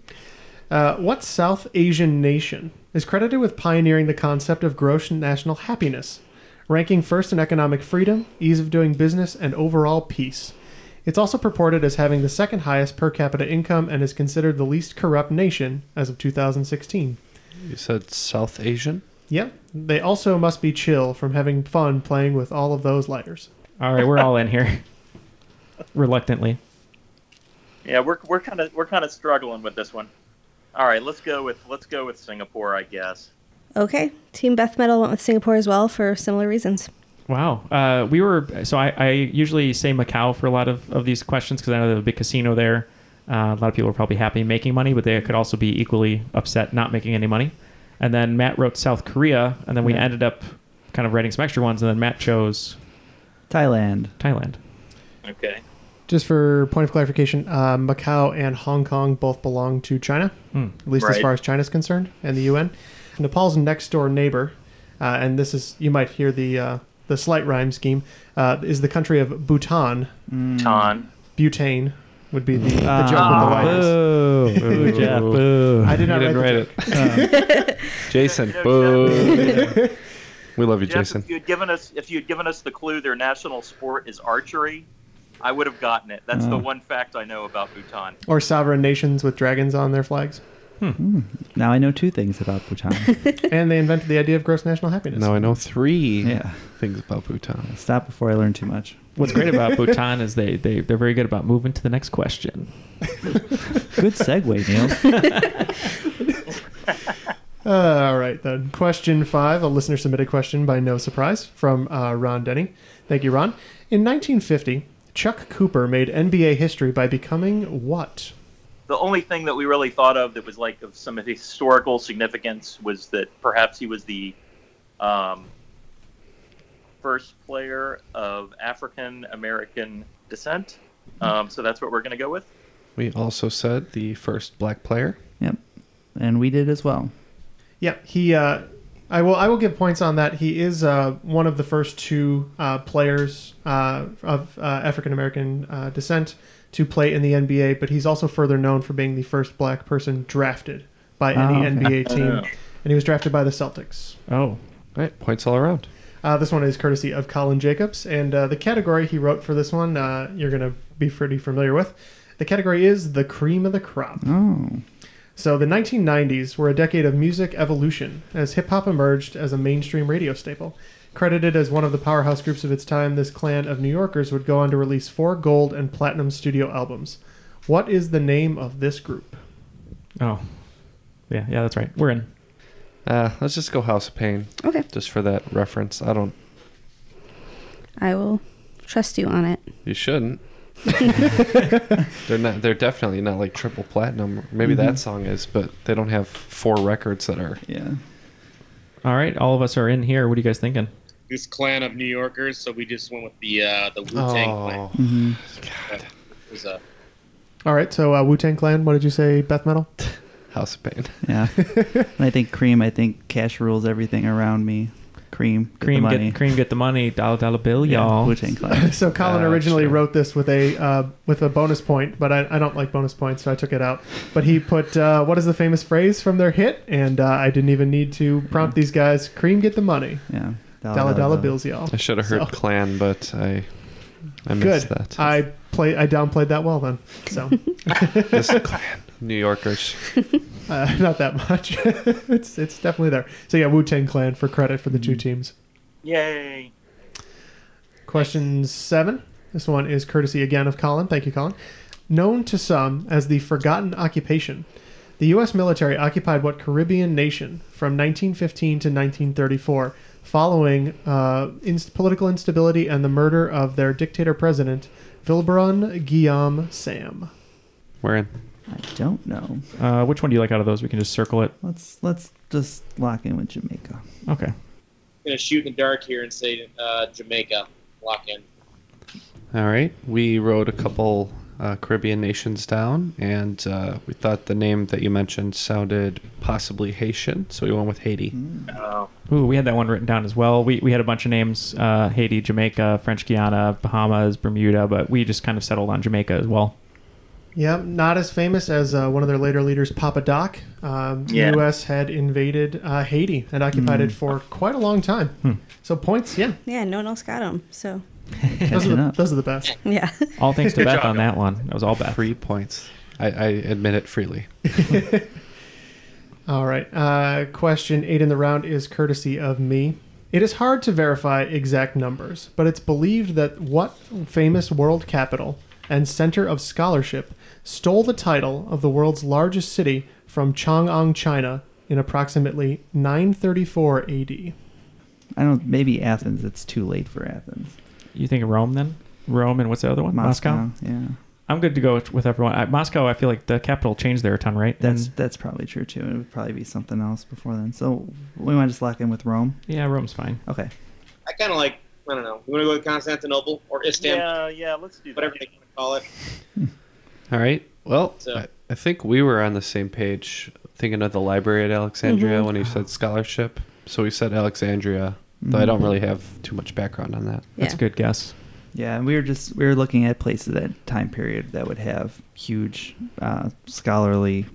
C: Uh, what South Asian nation is credited with pioneering the concept of gross national happiness, ranking first in economic freedom, ease of doing business, and overall peace? It's also purported as having the second highest per capita income and is considered the least corrupt nation as of 2016.
F: you said South Asian.
C: Yep, they also must be chill from having fun playing with all of those lighters.
D: All right, we're all in here. Reluctantly.
H: Yeah, we're we're kind of we're kind of struggling with this one. All right, let's go with let's go with Singapore, I guess.
G: Okay. Team Beth Metal went with Singapore as well for similar reasons.
D: Wow. Uh, we were so I, I usually say Macau for a lot of, of these questions because I know there's a big casino there. Uh, a lot of people are probably happy making money, but they could also be equally upset not making any money. And then Matt wrote South Korea, and then we ended up kind of writing some extra ones, and then Matt chose
E: Thailand.
D: Thailand.
H: Okay.
C: Just for point of clarification, uh, Macau and Hong Kong both belong to China,
D: Hmm.
C: at least as
H: Right.
C: far as China's concerned, and the UN. Nepal's next door neighbor, uh, and this is you might hear the uh, the slight rhyme scheme, uh, is the country of Bhutan.
D: Hmm.
H: Ton.
C: Butane would be the, the
E: Ah.
C: joke with the lightest.
D: Boo.
E: Boo, Jeff, boo.
C: I did
F: You
C: not
F: didn't
C: write
F: write
C: the
F: it. Uh. Jason, boo. we love you,
H: Jeff,
F: Jason.
H: if you had given us if you had given us the clue their national sport is archery, I would have gotten it. That's the one fact I know about Bhutan.
C: Or sovereign nations with dragons on their flags.
E: Now I know two things about Bhutan.
C: and they invented the idea of gross national happiness.
F: Now I know three
E: Yeah.
F: things about Bhutan.
E: Stop before I learn too much.
D: What's great about Bhutan is they, they they're very good about moving to the next question.
E: Good segue, Neil.
C: Uh, All right, then. Question five, a listener submitted question by no surprise from uh, Ron Denny. Thank you, Ron. In 1950, Chuck Cooper made NBA history by becoming what?
H: The only thing that we really thought of that was like of some historical significance was that perhaps he was the um, first player of African American descent. Um, so that's what we're going to go with.
F: We also said the first black player.
E: yep. And we did as well.
C: Yeah, he. Uh, I will. I will give points on that. He is uh, one of the first two uh, players uh, of uh, African American uh, descent to play in the NBA, but he's also further known for being the first black person drafted by any
E: Oh, okay.
C: NBA team, and he was drafted by the Celtics.
D: Oh,
F: All right, points all around.
C: Uh, this one is courtesy of Colin Jacobs, and uh, the category he wrote for this one uh, you're going to be pretty familiar with. The category is the cream of the crop.
E: Oh.
C: So the 1990s were a decade of music evolution as hip hop emerged as a mainstream radio staple. Credited as one of the powerhouse groups of its time, this clan of New Yorkers would go on to release four gold and platinum studio albums. What is the name of this group?
D: oh, yeah, yeah, that's right. We're in.
F: Uh, let's just go House of Pain,
G: Okay.
F: just for that reference. I don't.
G: I will trust you on it.
F: You shouldn't. they're not. They're definitely not like triple platinum. Maybe
C: Mm-hmm.
F: that song is, but they don't have four records that are.
E: Yeah.
D: All right, all of us are in here. What are you guys thinking?
I: This clan of New Yorkers, so we just went with the uh, the Wu Tang
H: Oh.
I: clan. God. It was uh, a
C: All right, so uh, Wu Tang Clan, what did you say, Beth Metal?
F: House of Pain.
E: Yeah. and I think cream, I think cash rules everything around me. Cream. Get
D: Cream
E: the money.
D: get cream get the money. Dollar dollar bill, y'all.
E: Wu Tang Clan.
C: So Colin
F: Gotcha.
C: originally wrote this with a uh, with a bonus point, but I, I don't like bonus points, so I took it out. But he put uh, what is the famous phrase from their hit, and uh, I didn't even need to prompt these guys. Cream, get the money.
E: Yeah.
C: Dollar dollar bills, y'all.
F: I should have heard
C: So-
F: Clan, but I, I
C: Good.
F: missed that.
C: I play. I downplayed that well then. So
F: this Clan, New Yorkers.
C: uh, not that much. it's it's definitely there. So yeah, Wu Tang Clan for credit for the
E: Mm.
C: two teams.
H: Yay!
C: Question seven. This one is courtesy again of Colin. Thank you, Colin. Known to some as the Forgotten Occupation, the U.S. military occupied what Caribbean nation from 1915 to 1934 following uh, inst- political instability and the murder of their dictator president, Vilbron Guillaume Sam?
F: We're in.
E: I don't know.
D: Uh, which one do you like out of those? We can just circle it.
E: Let's let's just lock in with Jamaica.
D: Okay.
I: gonna shoot in the dark here and say uh, Jamaica. Lock in.
F: All right. We wrote a couple uh, Caribbean nations down, and uh, we thought the name that you mentioned sounded possibly Haitian, so we went with Haiti.
C: Mm-hmm.
H: Oh,
D: Ooh, we had that one written down as well. We, we had a bunch of names: uh, Haiti, Jamaica, French Guiana, Bahamas, Bermuda, but we just kind of settled on Jamaica as well.
C: Yeah, not as famous as uh, one of their later leaders, Papa Doc. Um,
H: Yeah.
C: The U.S. had invaded uh, Haiti and occupied
E: Mm.
C: it for quite a long time.
E: Hmm.
C: So points, yeah,
G: Yeah, no one else got them. So,
C: those are,
E: Catching
C: the,
E: up.
C: those are the best.
G: yeah.
D: All thanks to Beth on that one. That was all Beth.
F: Three points. I, I admit it freely.
C: All right. Uh, question eight in the round is courtesy of me. It is hard to verify exact numbers, but it's believed that what famous world capital and center of scholarship stole the title of the world's largest city from Chang'an, China, in approximately 934 AD.
E: I don't. Maybe Athens. It's too late for Athens.
D: You think Rome then? Rome and what's the other one? Moscow.
E: Yeah.
D: I'm good to go with- with everyone. I, Moscow, I feel like the capital changed there a ton, right?
E: That's
D: And-
E: that's probably true too. It would probably be something else before then. So we want to just lock in with Rome.
D: yeah, Rome's fine.
E: Okay.
I: I kind of like. I don't know. You want to go with Constantinople or Istanbul?
H: Yeah, yeah, let's do that.
I: Whatever they want to call it.
F: All right. Well,
I: So-
F: I, I think we were on the same page thinking of the library at Alexandria
E: Mm-hmm.
F: when you said scholarship. So we said Alexandria, though
E: Mm-hmm.
F: I don't really have too much background on that.
D: That's a good guess.
E: Yeah, and we were just we were looking at places that time period that would have huge uh, scholarly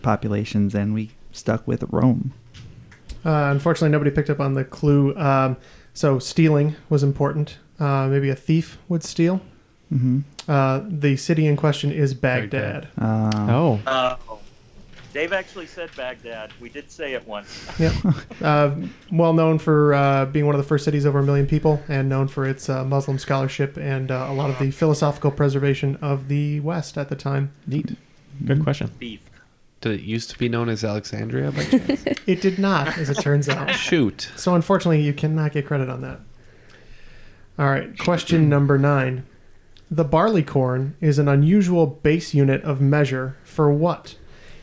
E: populations, and we stuck with Rome.
C: Uh, unfortunately, nobody picked up on the clue. Um, so stealing was important. Uh, maybe a thief would steal.
E: Mm-hmm.
C: Uh, the city in question is Baghdad.
F: Baghdad.
E: Uh,
D: Oh,
H: Uh, Dave actually said Baghdad. We did say it once.
C: Yeah. Uh, well known for uh, being one of the first cities over a million people and known for its uh, Muslim scholarship and uh, a lot of the philosophical preservation of the West at the time.
F: Neat.
D: good question.
H: Beef.
F: Did it used to be known as Alexandria by chance?
C: It did not, as it turns out.
F: Shoot.
C: So unfortunately, you cannot get credit on that. All right, question number nine. The barleycorn is an unusual base unit of measure for what?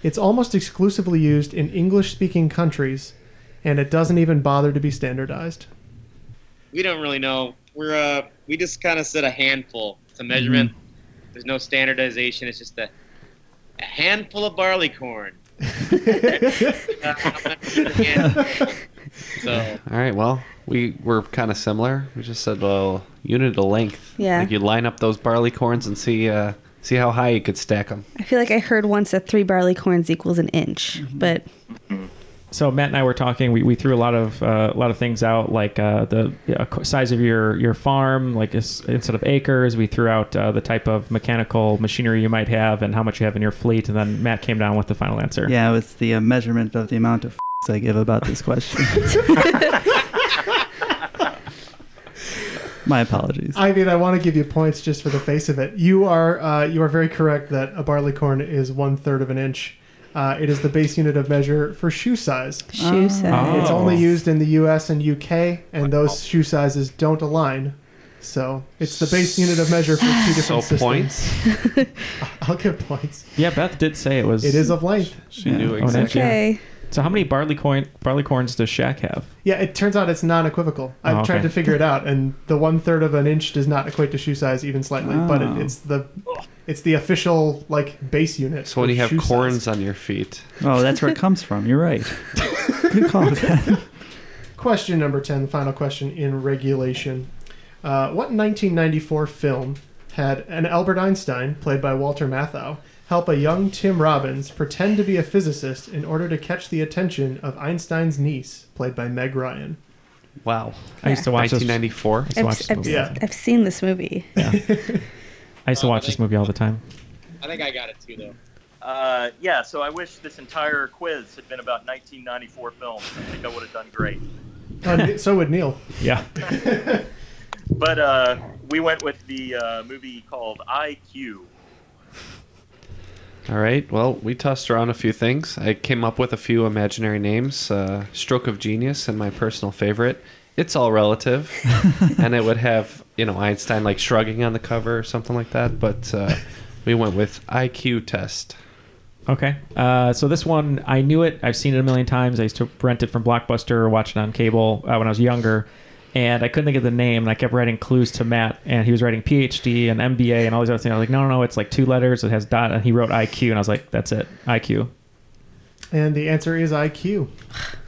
C: It's almost exclusively used in English speaking countries, and it doesn't even bother to be standardized.
I: We don't really know. We're uh, we just kind of said a handful. It's a measurement.
H: Mm-hmm.
I: There's no standardization. It's just a, a handful of barley corn. Uh, so
F: All right. Well, we were kind of similar. We just said, well, unit of length.
G: Yeah.
F: Like you line up those barley corns and see uh, see how high you could stack them.
G: I feel like I heard once that three barley corns equals an inch, but
D: So Matt and I were talking. We, we threw a lot of uh, a lot of things out, like uh, the uh, co- size of your your farm, like is, instead of acres, we threw out uh, the type of mechanical machinery you might have and how much you have in your fleet. And then Matt came down with the final answer.
E: Yeah, it was the uh, measurement of the amount of I give about this question. My apologies.
C: I mean, I want to give you points just for the face of it. You are uh, you are very correct that a barleycorn is one third of an inch. Uh, it is the base unit of measure for shoe size.
G: shoe size.
C: It's
D: Oh.
C: only used in the U.S. and U.K., and those shoe sizes don't align. So it's the base unit of measure for two different
F: So
C: systems.
F: points.
C: I'll give points.
D: Yeah, Beth did say it was.
C: It is of length.
F: She
E: Yeah.
F: knew
E: Oh,
F: exactly.
G: Okay.
D: So how many barley coin barley corns does Shaq have?
C: Yeah, it turns out it's non-equivocal. I've
D: Oh, okay.
C: tried to figure it out, and the one third of an inch does not equate to shoe size even slightly. But it,
E: Oh.
C: it's the it's the official like base unit.
F: So when
C: for
F: you have
C: shoe size.
F: corns on your feet,
E: Oh, that's where it comes from. You're right. Good call. Dan.
C: Question number 10, the final question in regulation. Uh, what 1994 film had an Albert Einstein, played by Walter Matthau, help a young Tim Robbins pretend to be a physicist in order to catch the attention of Einstein's niece, played by Meg Ryan?
F: wow,
D: I used to watch this. I
F: 1994.
D: used to
G: I've,
D: watch this
G: I've,
D: movie.
C: Yeah.
G: I've seen this movie.
D: I
F: Uh,
D: used to watch this movie all the time.
I: I think I got it too, though.
H: Uh, yeah, so I wish this entire quiz had been about 1994 films. I think I would have done great.
C: Uh, so would Neil.
D: Yeah.
H: But uh, we went with the uh, movie called IQ.
F: All right. Well, we tossed around a few things. I came up with a few imaginary names. Uh, Stroke of Genius and my personal favorite. It's all relative, and it would have you know Einstein like shrugging on the cover or something like that. But uh, we went with IQ test.
D: Okay. Uh, so this one, I knew it. I've seen it a million times. I used to rent it from Blockbuster or watch it on cable uh, when I was younger. And I couldn't think of the name, and I kept writing clues to Matt, and he was writing PhD and MBA and all these other things. I was like, no, no, no, it's like two letters. It has dot, and he wrote IQ, and I was like, that's it, IQ.
C: And the answer is IQ.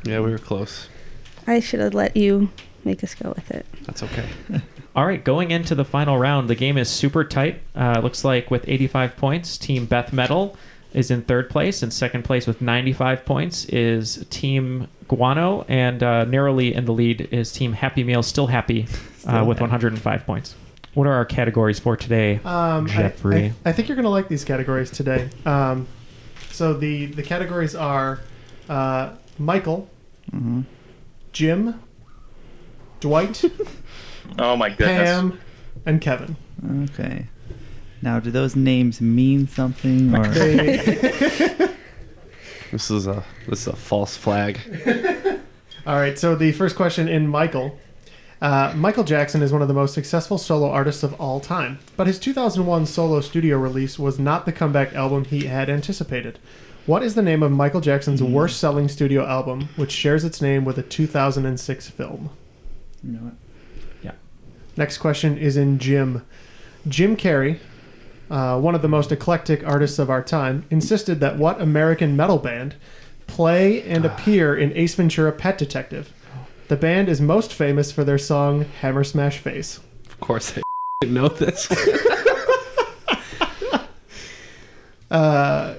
F: Yeah, we were close.
G: I should have let you make us go with it.
F: That's okay.
D: All right, going into the final round, the game is super tight. Uh, looks like with 85 points, Team Beth Metal is in third place, and second place with 95 points is Team Guano, and uh, narrowly in the lead is Team Happy Meal, still happy, uh, with 105 points. What are our categories for today,
C: Um, I-
D: Jeffrey?
C: I, I think you're going to like these categories today. Um, so the, the categories are uh, Michael, Mm-hmm. Jim, Dwight,
H: Oh my goodness.
C: Pam, and Kevin.
E: Okay. Now, do those names mean something? Or
C: They-
F: This is a this is a false flag.
C: All right, so the first question in Michael. Uh, Michael Jackson is one of the most successful solo artists of all time, but his 2001 solo studio release was not the comeback album he had anticipated. What is the name of Michael Jackson's worst selling studio album, which shares its name with a 2006 film?
E: You know what?
C: Next question is in Jim. Jim Carrey, uh, one of the most eclectic artists of our time, insisted that what American metal band play and appear in Ace Ventura Pet Detective? The band is most famous for their song Hammer Smash Face.
F: Of course, I know this.
C: Uh,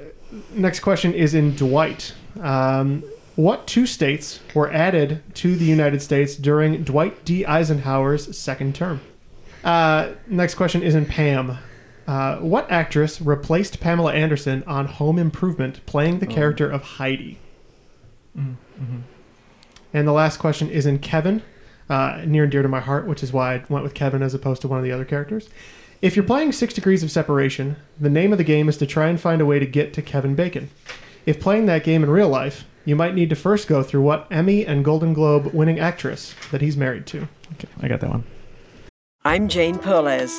C: next question is in Dwight. Um, what two states were added to the United States during Dwight D. Eisenhower's second term? Uh, next question is in Pam. Uh, what actress replaced Pamela Anderson on Home Improvement, playing the character of Heidi?
K: Mm-hmm.
C: And the last question is in Kevin, uh, near and dear to my heart, which is why I went with Kevin as opposed to one of the other characters. If you're playing Six Degrees of Separation, the name of the game is to try and find a way to get to Kevin Bacon. If playing that game in real life, you might need to first go through what Emmy and Golden Globe winning actress that he's married to.
D: Okay, I got that one.
K: I'm Jane Perlez,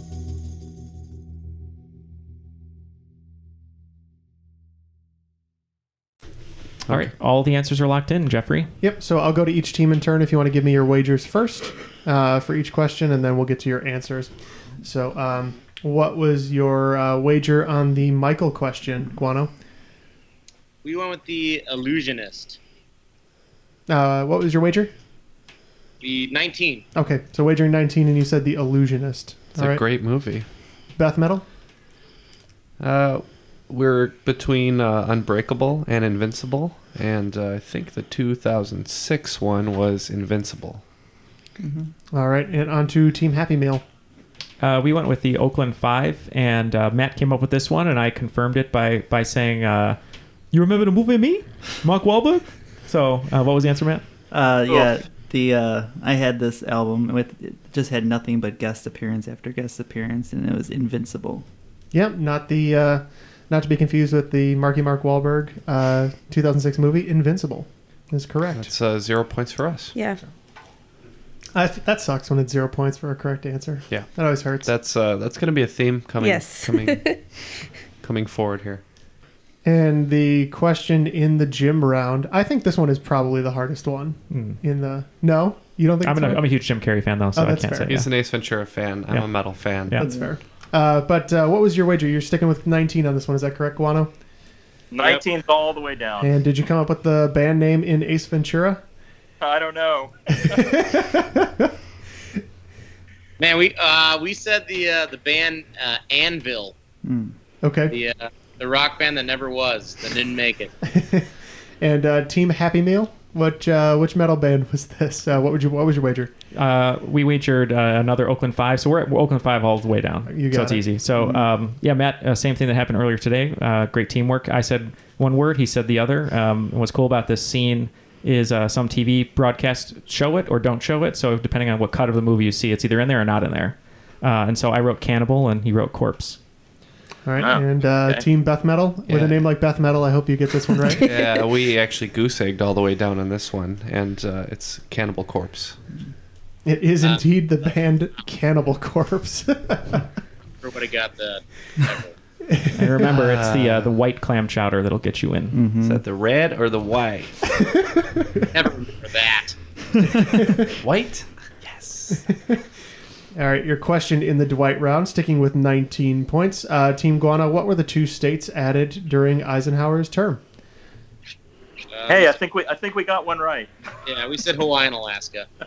D: All right, all the answers are locked in, Jeffrey.
C: Yep, so I'll go to each team in turn if you want to give me your wagers first uh, for each question, and then we'll get to your answers. So, um, what was your uh, wager on the Michael question, Guano?
I: We went with the illusionist.
C: Uh, what was your wager?
I: The 19.
C: Okay, so wagering 19, and you said The Illusionist.
F: It's
C: All
F: a
C: right.
F: great movie.
C: Beth Metal?
F: Uh, we're between uh, Unbreakable and Invincible, and uh, I think the 2006 one was Invincible.
C: All right, and on to Team Happy Meal.
D: Uh, we went with the Oakland Five, and uh, Matt came up with this one, and I confirmed it by by saying, uh, "You remember the movie Me, Mark Wahlberg?" So, uh, what was the answer, Matt?
E: Uh, yeah, the uh, I had this album with it just had nothing but guest appearance after guest appearance, and it was invincible.
C: Yep, not the uh, not to be confused with the Marky Mark Wahlberg uh, 2006 movie Invincible. Is correct.
F: That's uh, zero points for us.
G: Yeah.
C: I, that sucks when it's zero points for a correct answer.
F: Yeah,
C: that always hurts.
F: That's uh, that's gonna be a theme coming
G: Yes.
F: coming coming forward here.
C: And the question in the gym round, I think this one is probably the hardest one.
D: Hmm.
C: In the no, you don't think
D: I'm,
C: it's
D: an,
C: hard?
D: I'm a huge Jim Carrey fan, though, so
C: Oh,
D: I
C: that's
D: can't
C: fair.
D: say.
F: He's an Ace Ventura fan. I'm
D: Yeah.
F: a metal fan.
D: Yeah.
C: That's fair. Uh, but uh, what was your wager? You're sticking with 19 on this one. Is that correct, Guano?
H: Nineteenth all the way down.
C: And did you come up with the band name in Ace Ventura?
H: I don't know.
I: Man, we uh, we said the uh, the band uh, Anvil,
C: Okay.
I: the uh, the rock band that never was, that didn't make it.
C: And uh, Team Happy Meal. Which uh, which metal band was this? Uh, what would you what was your wager?
D: Uh, we wagered uh, another Oakland Five, so we're at Oakland Five all the way down.
C: You
D: so
C: got
D: it's
C: it. Mm-hmm.
D: easy. So um, yeah, Matt, uh, same thing that happened earlier today. Uh, great teamwork. I said one word, he said the other. Um, and what's cool about this scene is uh, some TV broadcasts show it or don't show it. So depending on what cut of the movie you see, it's either in there or not in there. Uh, and so I wrote Cannibal, and he wrote Corpse.
C: All right,
D: Oh,
C: and uh,
D: okay.
C: Team Beth Metal with
F: Yeah.
C: a name like Beth Metal. I hope you get this one right.
F: yeah, we actually goose egged all the way down on this one, and uh, it's Cannibal Corpse.
C: It
F: Uh,
C: is indeed the band Cannibal Corpse.
I: Everybody got that.
D: And remember, it's the uh, the white clam chowder that'll get you in.
F: Is that the red or the white?
I: Never remember that.
F: White?
C: All right, your question in the Dwight round, sticking with 19 points. Uh, Team Guano, what were the two states added during Eisenhower's term?
H: hey, I think we I think we got one right.
I: Yeah, we said Hawaii and Alaska.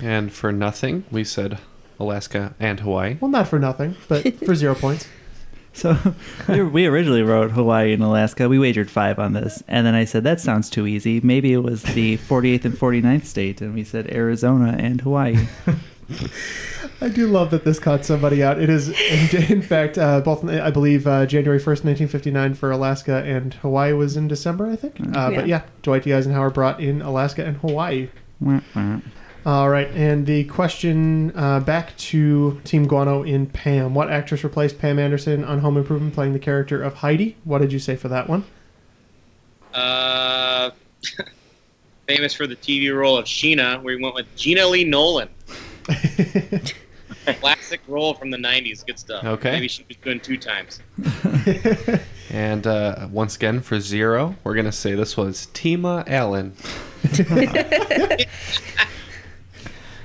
F: And for nothing, we said Alaska and Hawaii.
C: Well, not for nothing, but for zero points.
E: So we, we originally wrote Hawaii and Alaska. We wagered five on this, and then I said that sounds too easy. Maybe it was the 48th and 49th state, and we said Arizona and Hawaii.
C: I do love that this caught somebody out. It is, in, in fact, uh, both, I believe, uh, January 1st, 1959 for Alaska and Hawaii was in December, I think. Uh, But
E: Yeah.
C: yeah, Dwight D. Eisenhower brought in Alaska and Hawaii. All right, and the question uh, back to Team Guano in Pam. What actress replaced Pam Anderson on Home Improvement playing the character of Heidi? What did you say for that one?
I: Uh, famous for the TV role of Sheena, where we went with Gina Lee Nolan. Classic role from the '90s. Good stuff.
F: Okay.
I: Maybe she was doing two times.
F: And uh, once again, for zero, we're going to say this was Tima Allen.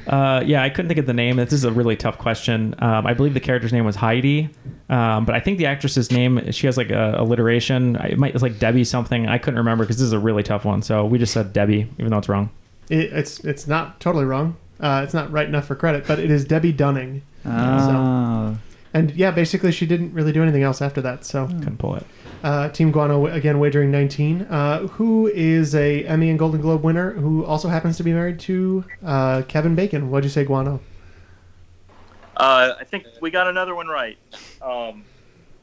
D: Uh, yeah, I couldn't think of the name. This is a really tough question. Um, I believe the character's name was Heidi, um, but I think the actress's name she has like a alliteration. I- It might it's like Debbie something. I couldn't remember because this is a really tough one. So we just said Debbie, even though it's wrong.
C: It, it's it's not totally wrong. Uh, it's not right enough for credit, but it is Debbie Dunning.
E: Ah.
C: and yeah, basically she didn't really do anything else after that. So
D: couldn't pull it.
C: Uh, Team Guano again wagering 19. Uh, who is a Emmy and Golden Globe winner who also happens to be married to uh, Kevin Bacon? What'd you say, Guano?
H: Uh, I think we got another one right. Um,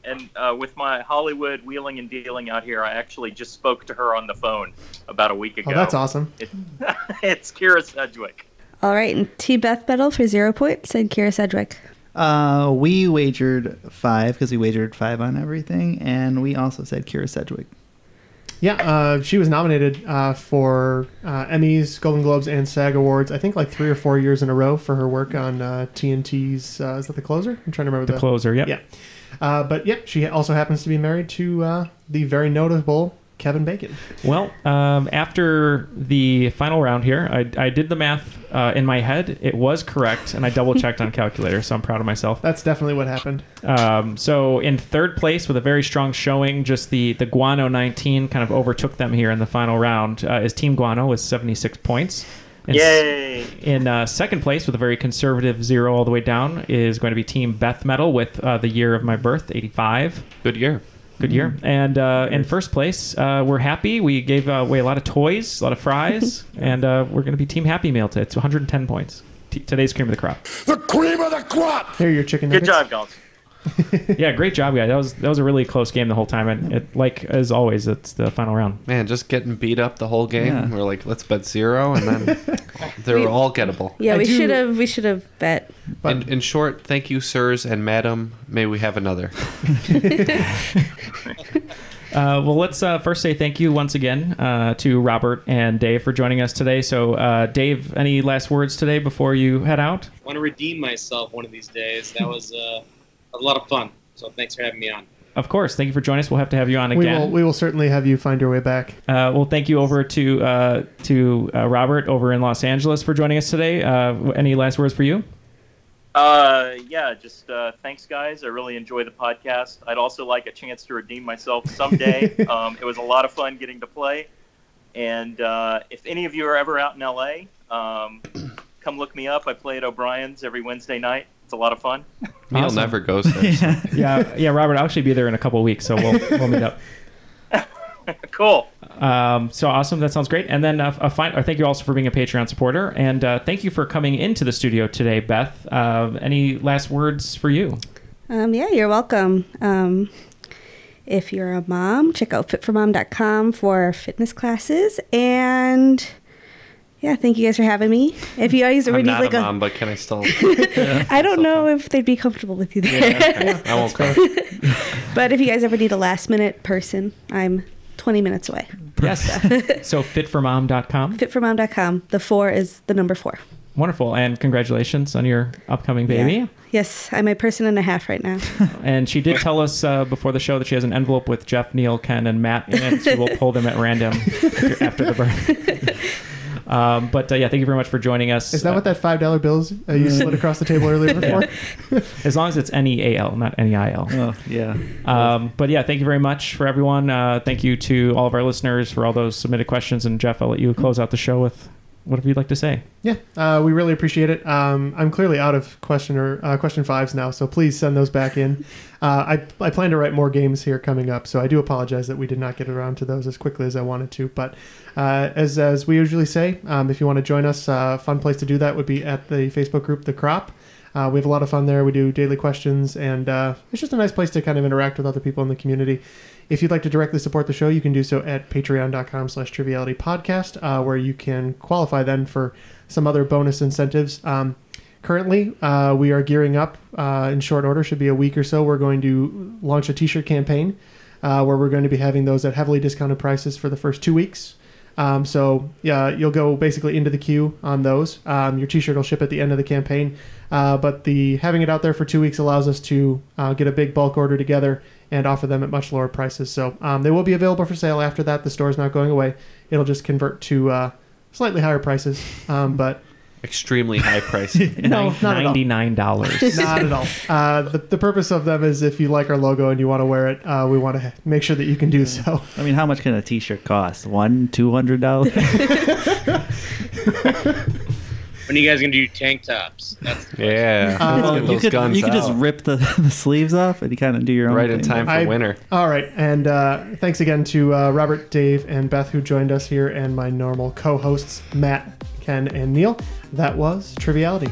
H: and uh, with my Hollywood wheeling and dealing out here, I actually just spoke to her on the phone about a week ago.
G: Oh, that's awesome.
H: It, it's Kira Sedgwick.
G: All right, and T. Beth Metal for zero points and Kira Sedgwick.
E: Uh, we wagered five because we wagered five on everything, and we also said Kira Sedgwick.
C: Yeah, uh, she was nominated uh, for uh, Emmys, Golden Globes, and SAG Awards. I think like three or four years in a row for her work on uh, TNT's. Uh, is that the closer? I'm trying to remember
D: The Closer, yep.
C: Yeah. Uh, but yep, she also happens to be married to uh, the very notable Kevin Bacon.
D: Well, um, after the final round here, I, I did the math uh, in my head. It was correct, and I double checked on calculator, so I'm proud of myself.
C: That's definitely what happened.
D: Um, so in third place with a very strong showing, just the the Guano 19 kind of overtook them here in the final round. Uh, is Team Guano with 76 points. In,
H: Yay!
D: In uh, second place with a very conservative zero all the way down is going to be Team Beth Metal with uh, the year of my birth, 85.
F: Good year.
D: Good year.
H: Mm-hmm.
D: And uh, in first place, uh, we're happy. We gave uh, away a lot of toys, a lot of fries, and uh, we're going to be Team Happy Meal today. It's 110 points. T- today's cream of the crop.
B: The cream of the crop.
C: Here are your chicken
H: Good
D: nuggets.
H: job, guys.
D: yeah, great job, guys. That was that was a really close game the whole time, and it, like as always, it's the final round.
F: Man, just getting beat up the whole game.
D: Yeah.
F: We're like, let's bet zero, and then they
G: We-
F: were all gettable.
G: Yeah, we should have we should have bet.
F: In, in short, thank you, sirs and madam. May we have another.
D: Uh, well, let's uh, first say thank you once again uh, to Robert and Dave for joining us today. So, uh, Dave, any last words today before you head out?
I: want to redeem myself one of these days. That was uh, a lot of fun. So thanks for having me on.
D: Of course, thank you for joining us. We'll have to have you on
C: We
D: again.
C: will, we will certainly have you find your way back.
D: Uh, well, thank you over to uh, to uh, Robert over in Los Angeles for joining us today. Uh, any last words for you?
H: Uh, yeah, just uh, thanks, guys. I really enjoy the podcast. I'd also like a chance to redeem myself someday. um, it was a lot of fun getting to play. And uh, if any of you are ever out in LA, um, come look me up. I play at O'Brien's every Wednesday night. It's a lot of fun.
F: Neil
D: Awesome.
F: never goes there.
D: yeah, yeah, Robert, I'll actually be there in a couple of weeks, so we'll, we'll meet up.
H: cool.
D: Um, so awesome. That sounds great. And then uh, a fine, uh, thank you also for being a Patreon supporter. And uh, thank you for coming into the studio today, Beth. Uh, any last words for you?
G: Um, yeah, you're welcome. Um, if you're a mom, check out fitformom.com for fitness classes. And yeah, thank you guys for having me. If you guys
F: I'm
G: already
F: not
G: like
F: a
G: a,
F: mom, but can I still?
G: I don't know if they'd be comfortable with you there.
F: Yeah, I won't cry.
G: but if you guys ever need a last minute person, I'm 20 minutes away.
D: Yes. so fitformom.com.
G: Fitformom.com. The four is the number four.
D: Wonderful. And congratulations on your upcoming baby.
G: Yeah. Yes, I'm a person and a half right now.
D: And she did tell us uh, before the show that she has an envelope with Jeff, Neil, Ken, and Matt in it. and She will pull them at random after, after the birth. um, but uh, yeah, thank you very much for joining us.
C: Is that what that five dollar bills uh, you
D: Mm.
C: slid across the table earlier before?
D: as long as it's N E A L, not N E I L.
E: Oh, yeah.
D: Um, but yeah, thank you very much for everyone. Uh, thank you to all of our listeners for all those submitted questions. And Jeff, I'll let you close out the show with whatever you'd like to say.
C: Yeah, uh, we really appreciate it. Um, I'm clearly out of question or uh, question fives now, so please send those back in. Uh, I I plan to write more games here coming up, so I do apologize that we did not get around to those as quickly as I wanted to. But uh, as as we usually say, um, if you want to join us, uh, fun place to do that would be at the Facebook group The Crop. Uh, we have a lot of fun there. We do daily questions, and uh, it's just a nice place to kind of interact with other people in the community. If you'd like to directly support the show, you can do so at patreon.com slash triviality podcast, uh, where you can qualify then for some other bonus incentives. Um, currently, uh, we are gearing up uh, in short order, should be a week or so. We're going to launch a t shirt campaign uh, where we're going to be having those at heavily discounted prices for the first two weeks. Um, so yeah, you'll go basically into the queue on those. Um, your T-shirt will ship at the end of the campaign, uh, but the having it out there for two weeks allows us to uh, get a big bulk order together and offer them at much lower prices. So um, they will be available for sale after that. The store's not going away. It'll just convert to uh, slightly higher prices, um, but
F: Extremely high price.
C: No, not at all.
D: $99.
C: not at all. Uh, the, the purpose of them is if you like our logo and you want to wear it, uh, we want to make sure that you can do so.
E: I mean, how much can a T-shirt cost? One, two hundred dollars.
I: When are you guys gonna do tank tops? That's
F: Yeah.
E: Uh, Oh, you could, you could just rip the, the sleeves off and you kind of do your own.
F: Right in
E: thing.
F: time for
C: I-
F: winter.
C: All right, and uh, thanks again to uh, Robert, Dave, and Beth who joined us here, and my normal co-hosts Matt, Ken, and Neil. That was Triviality.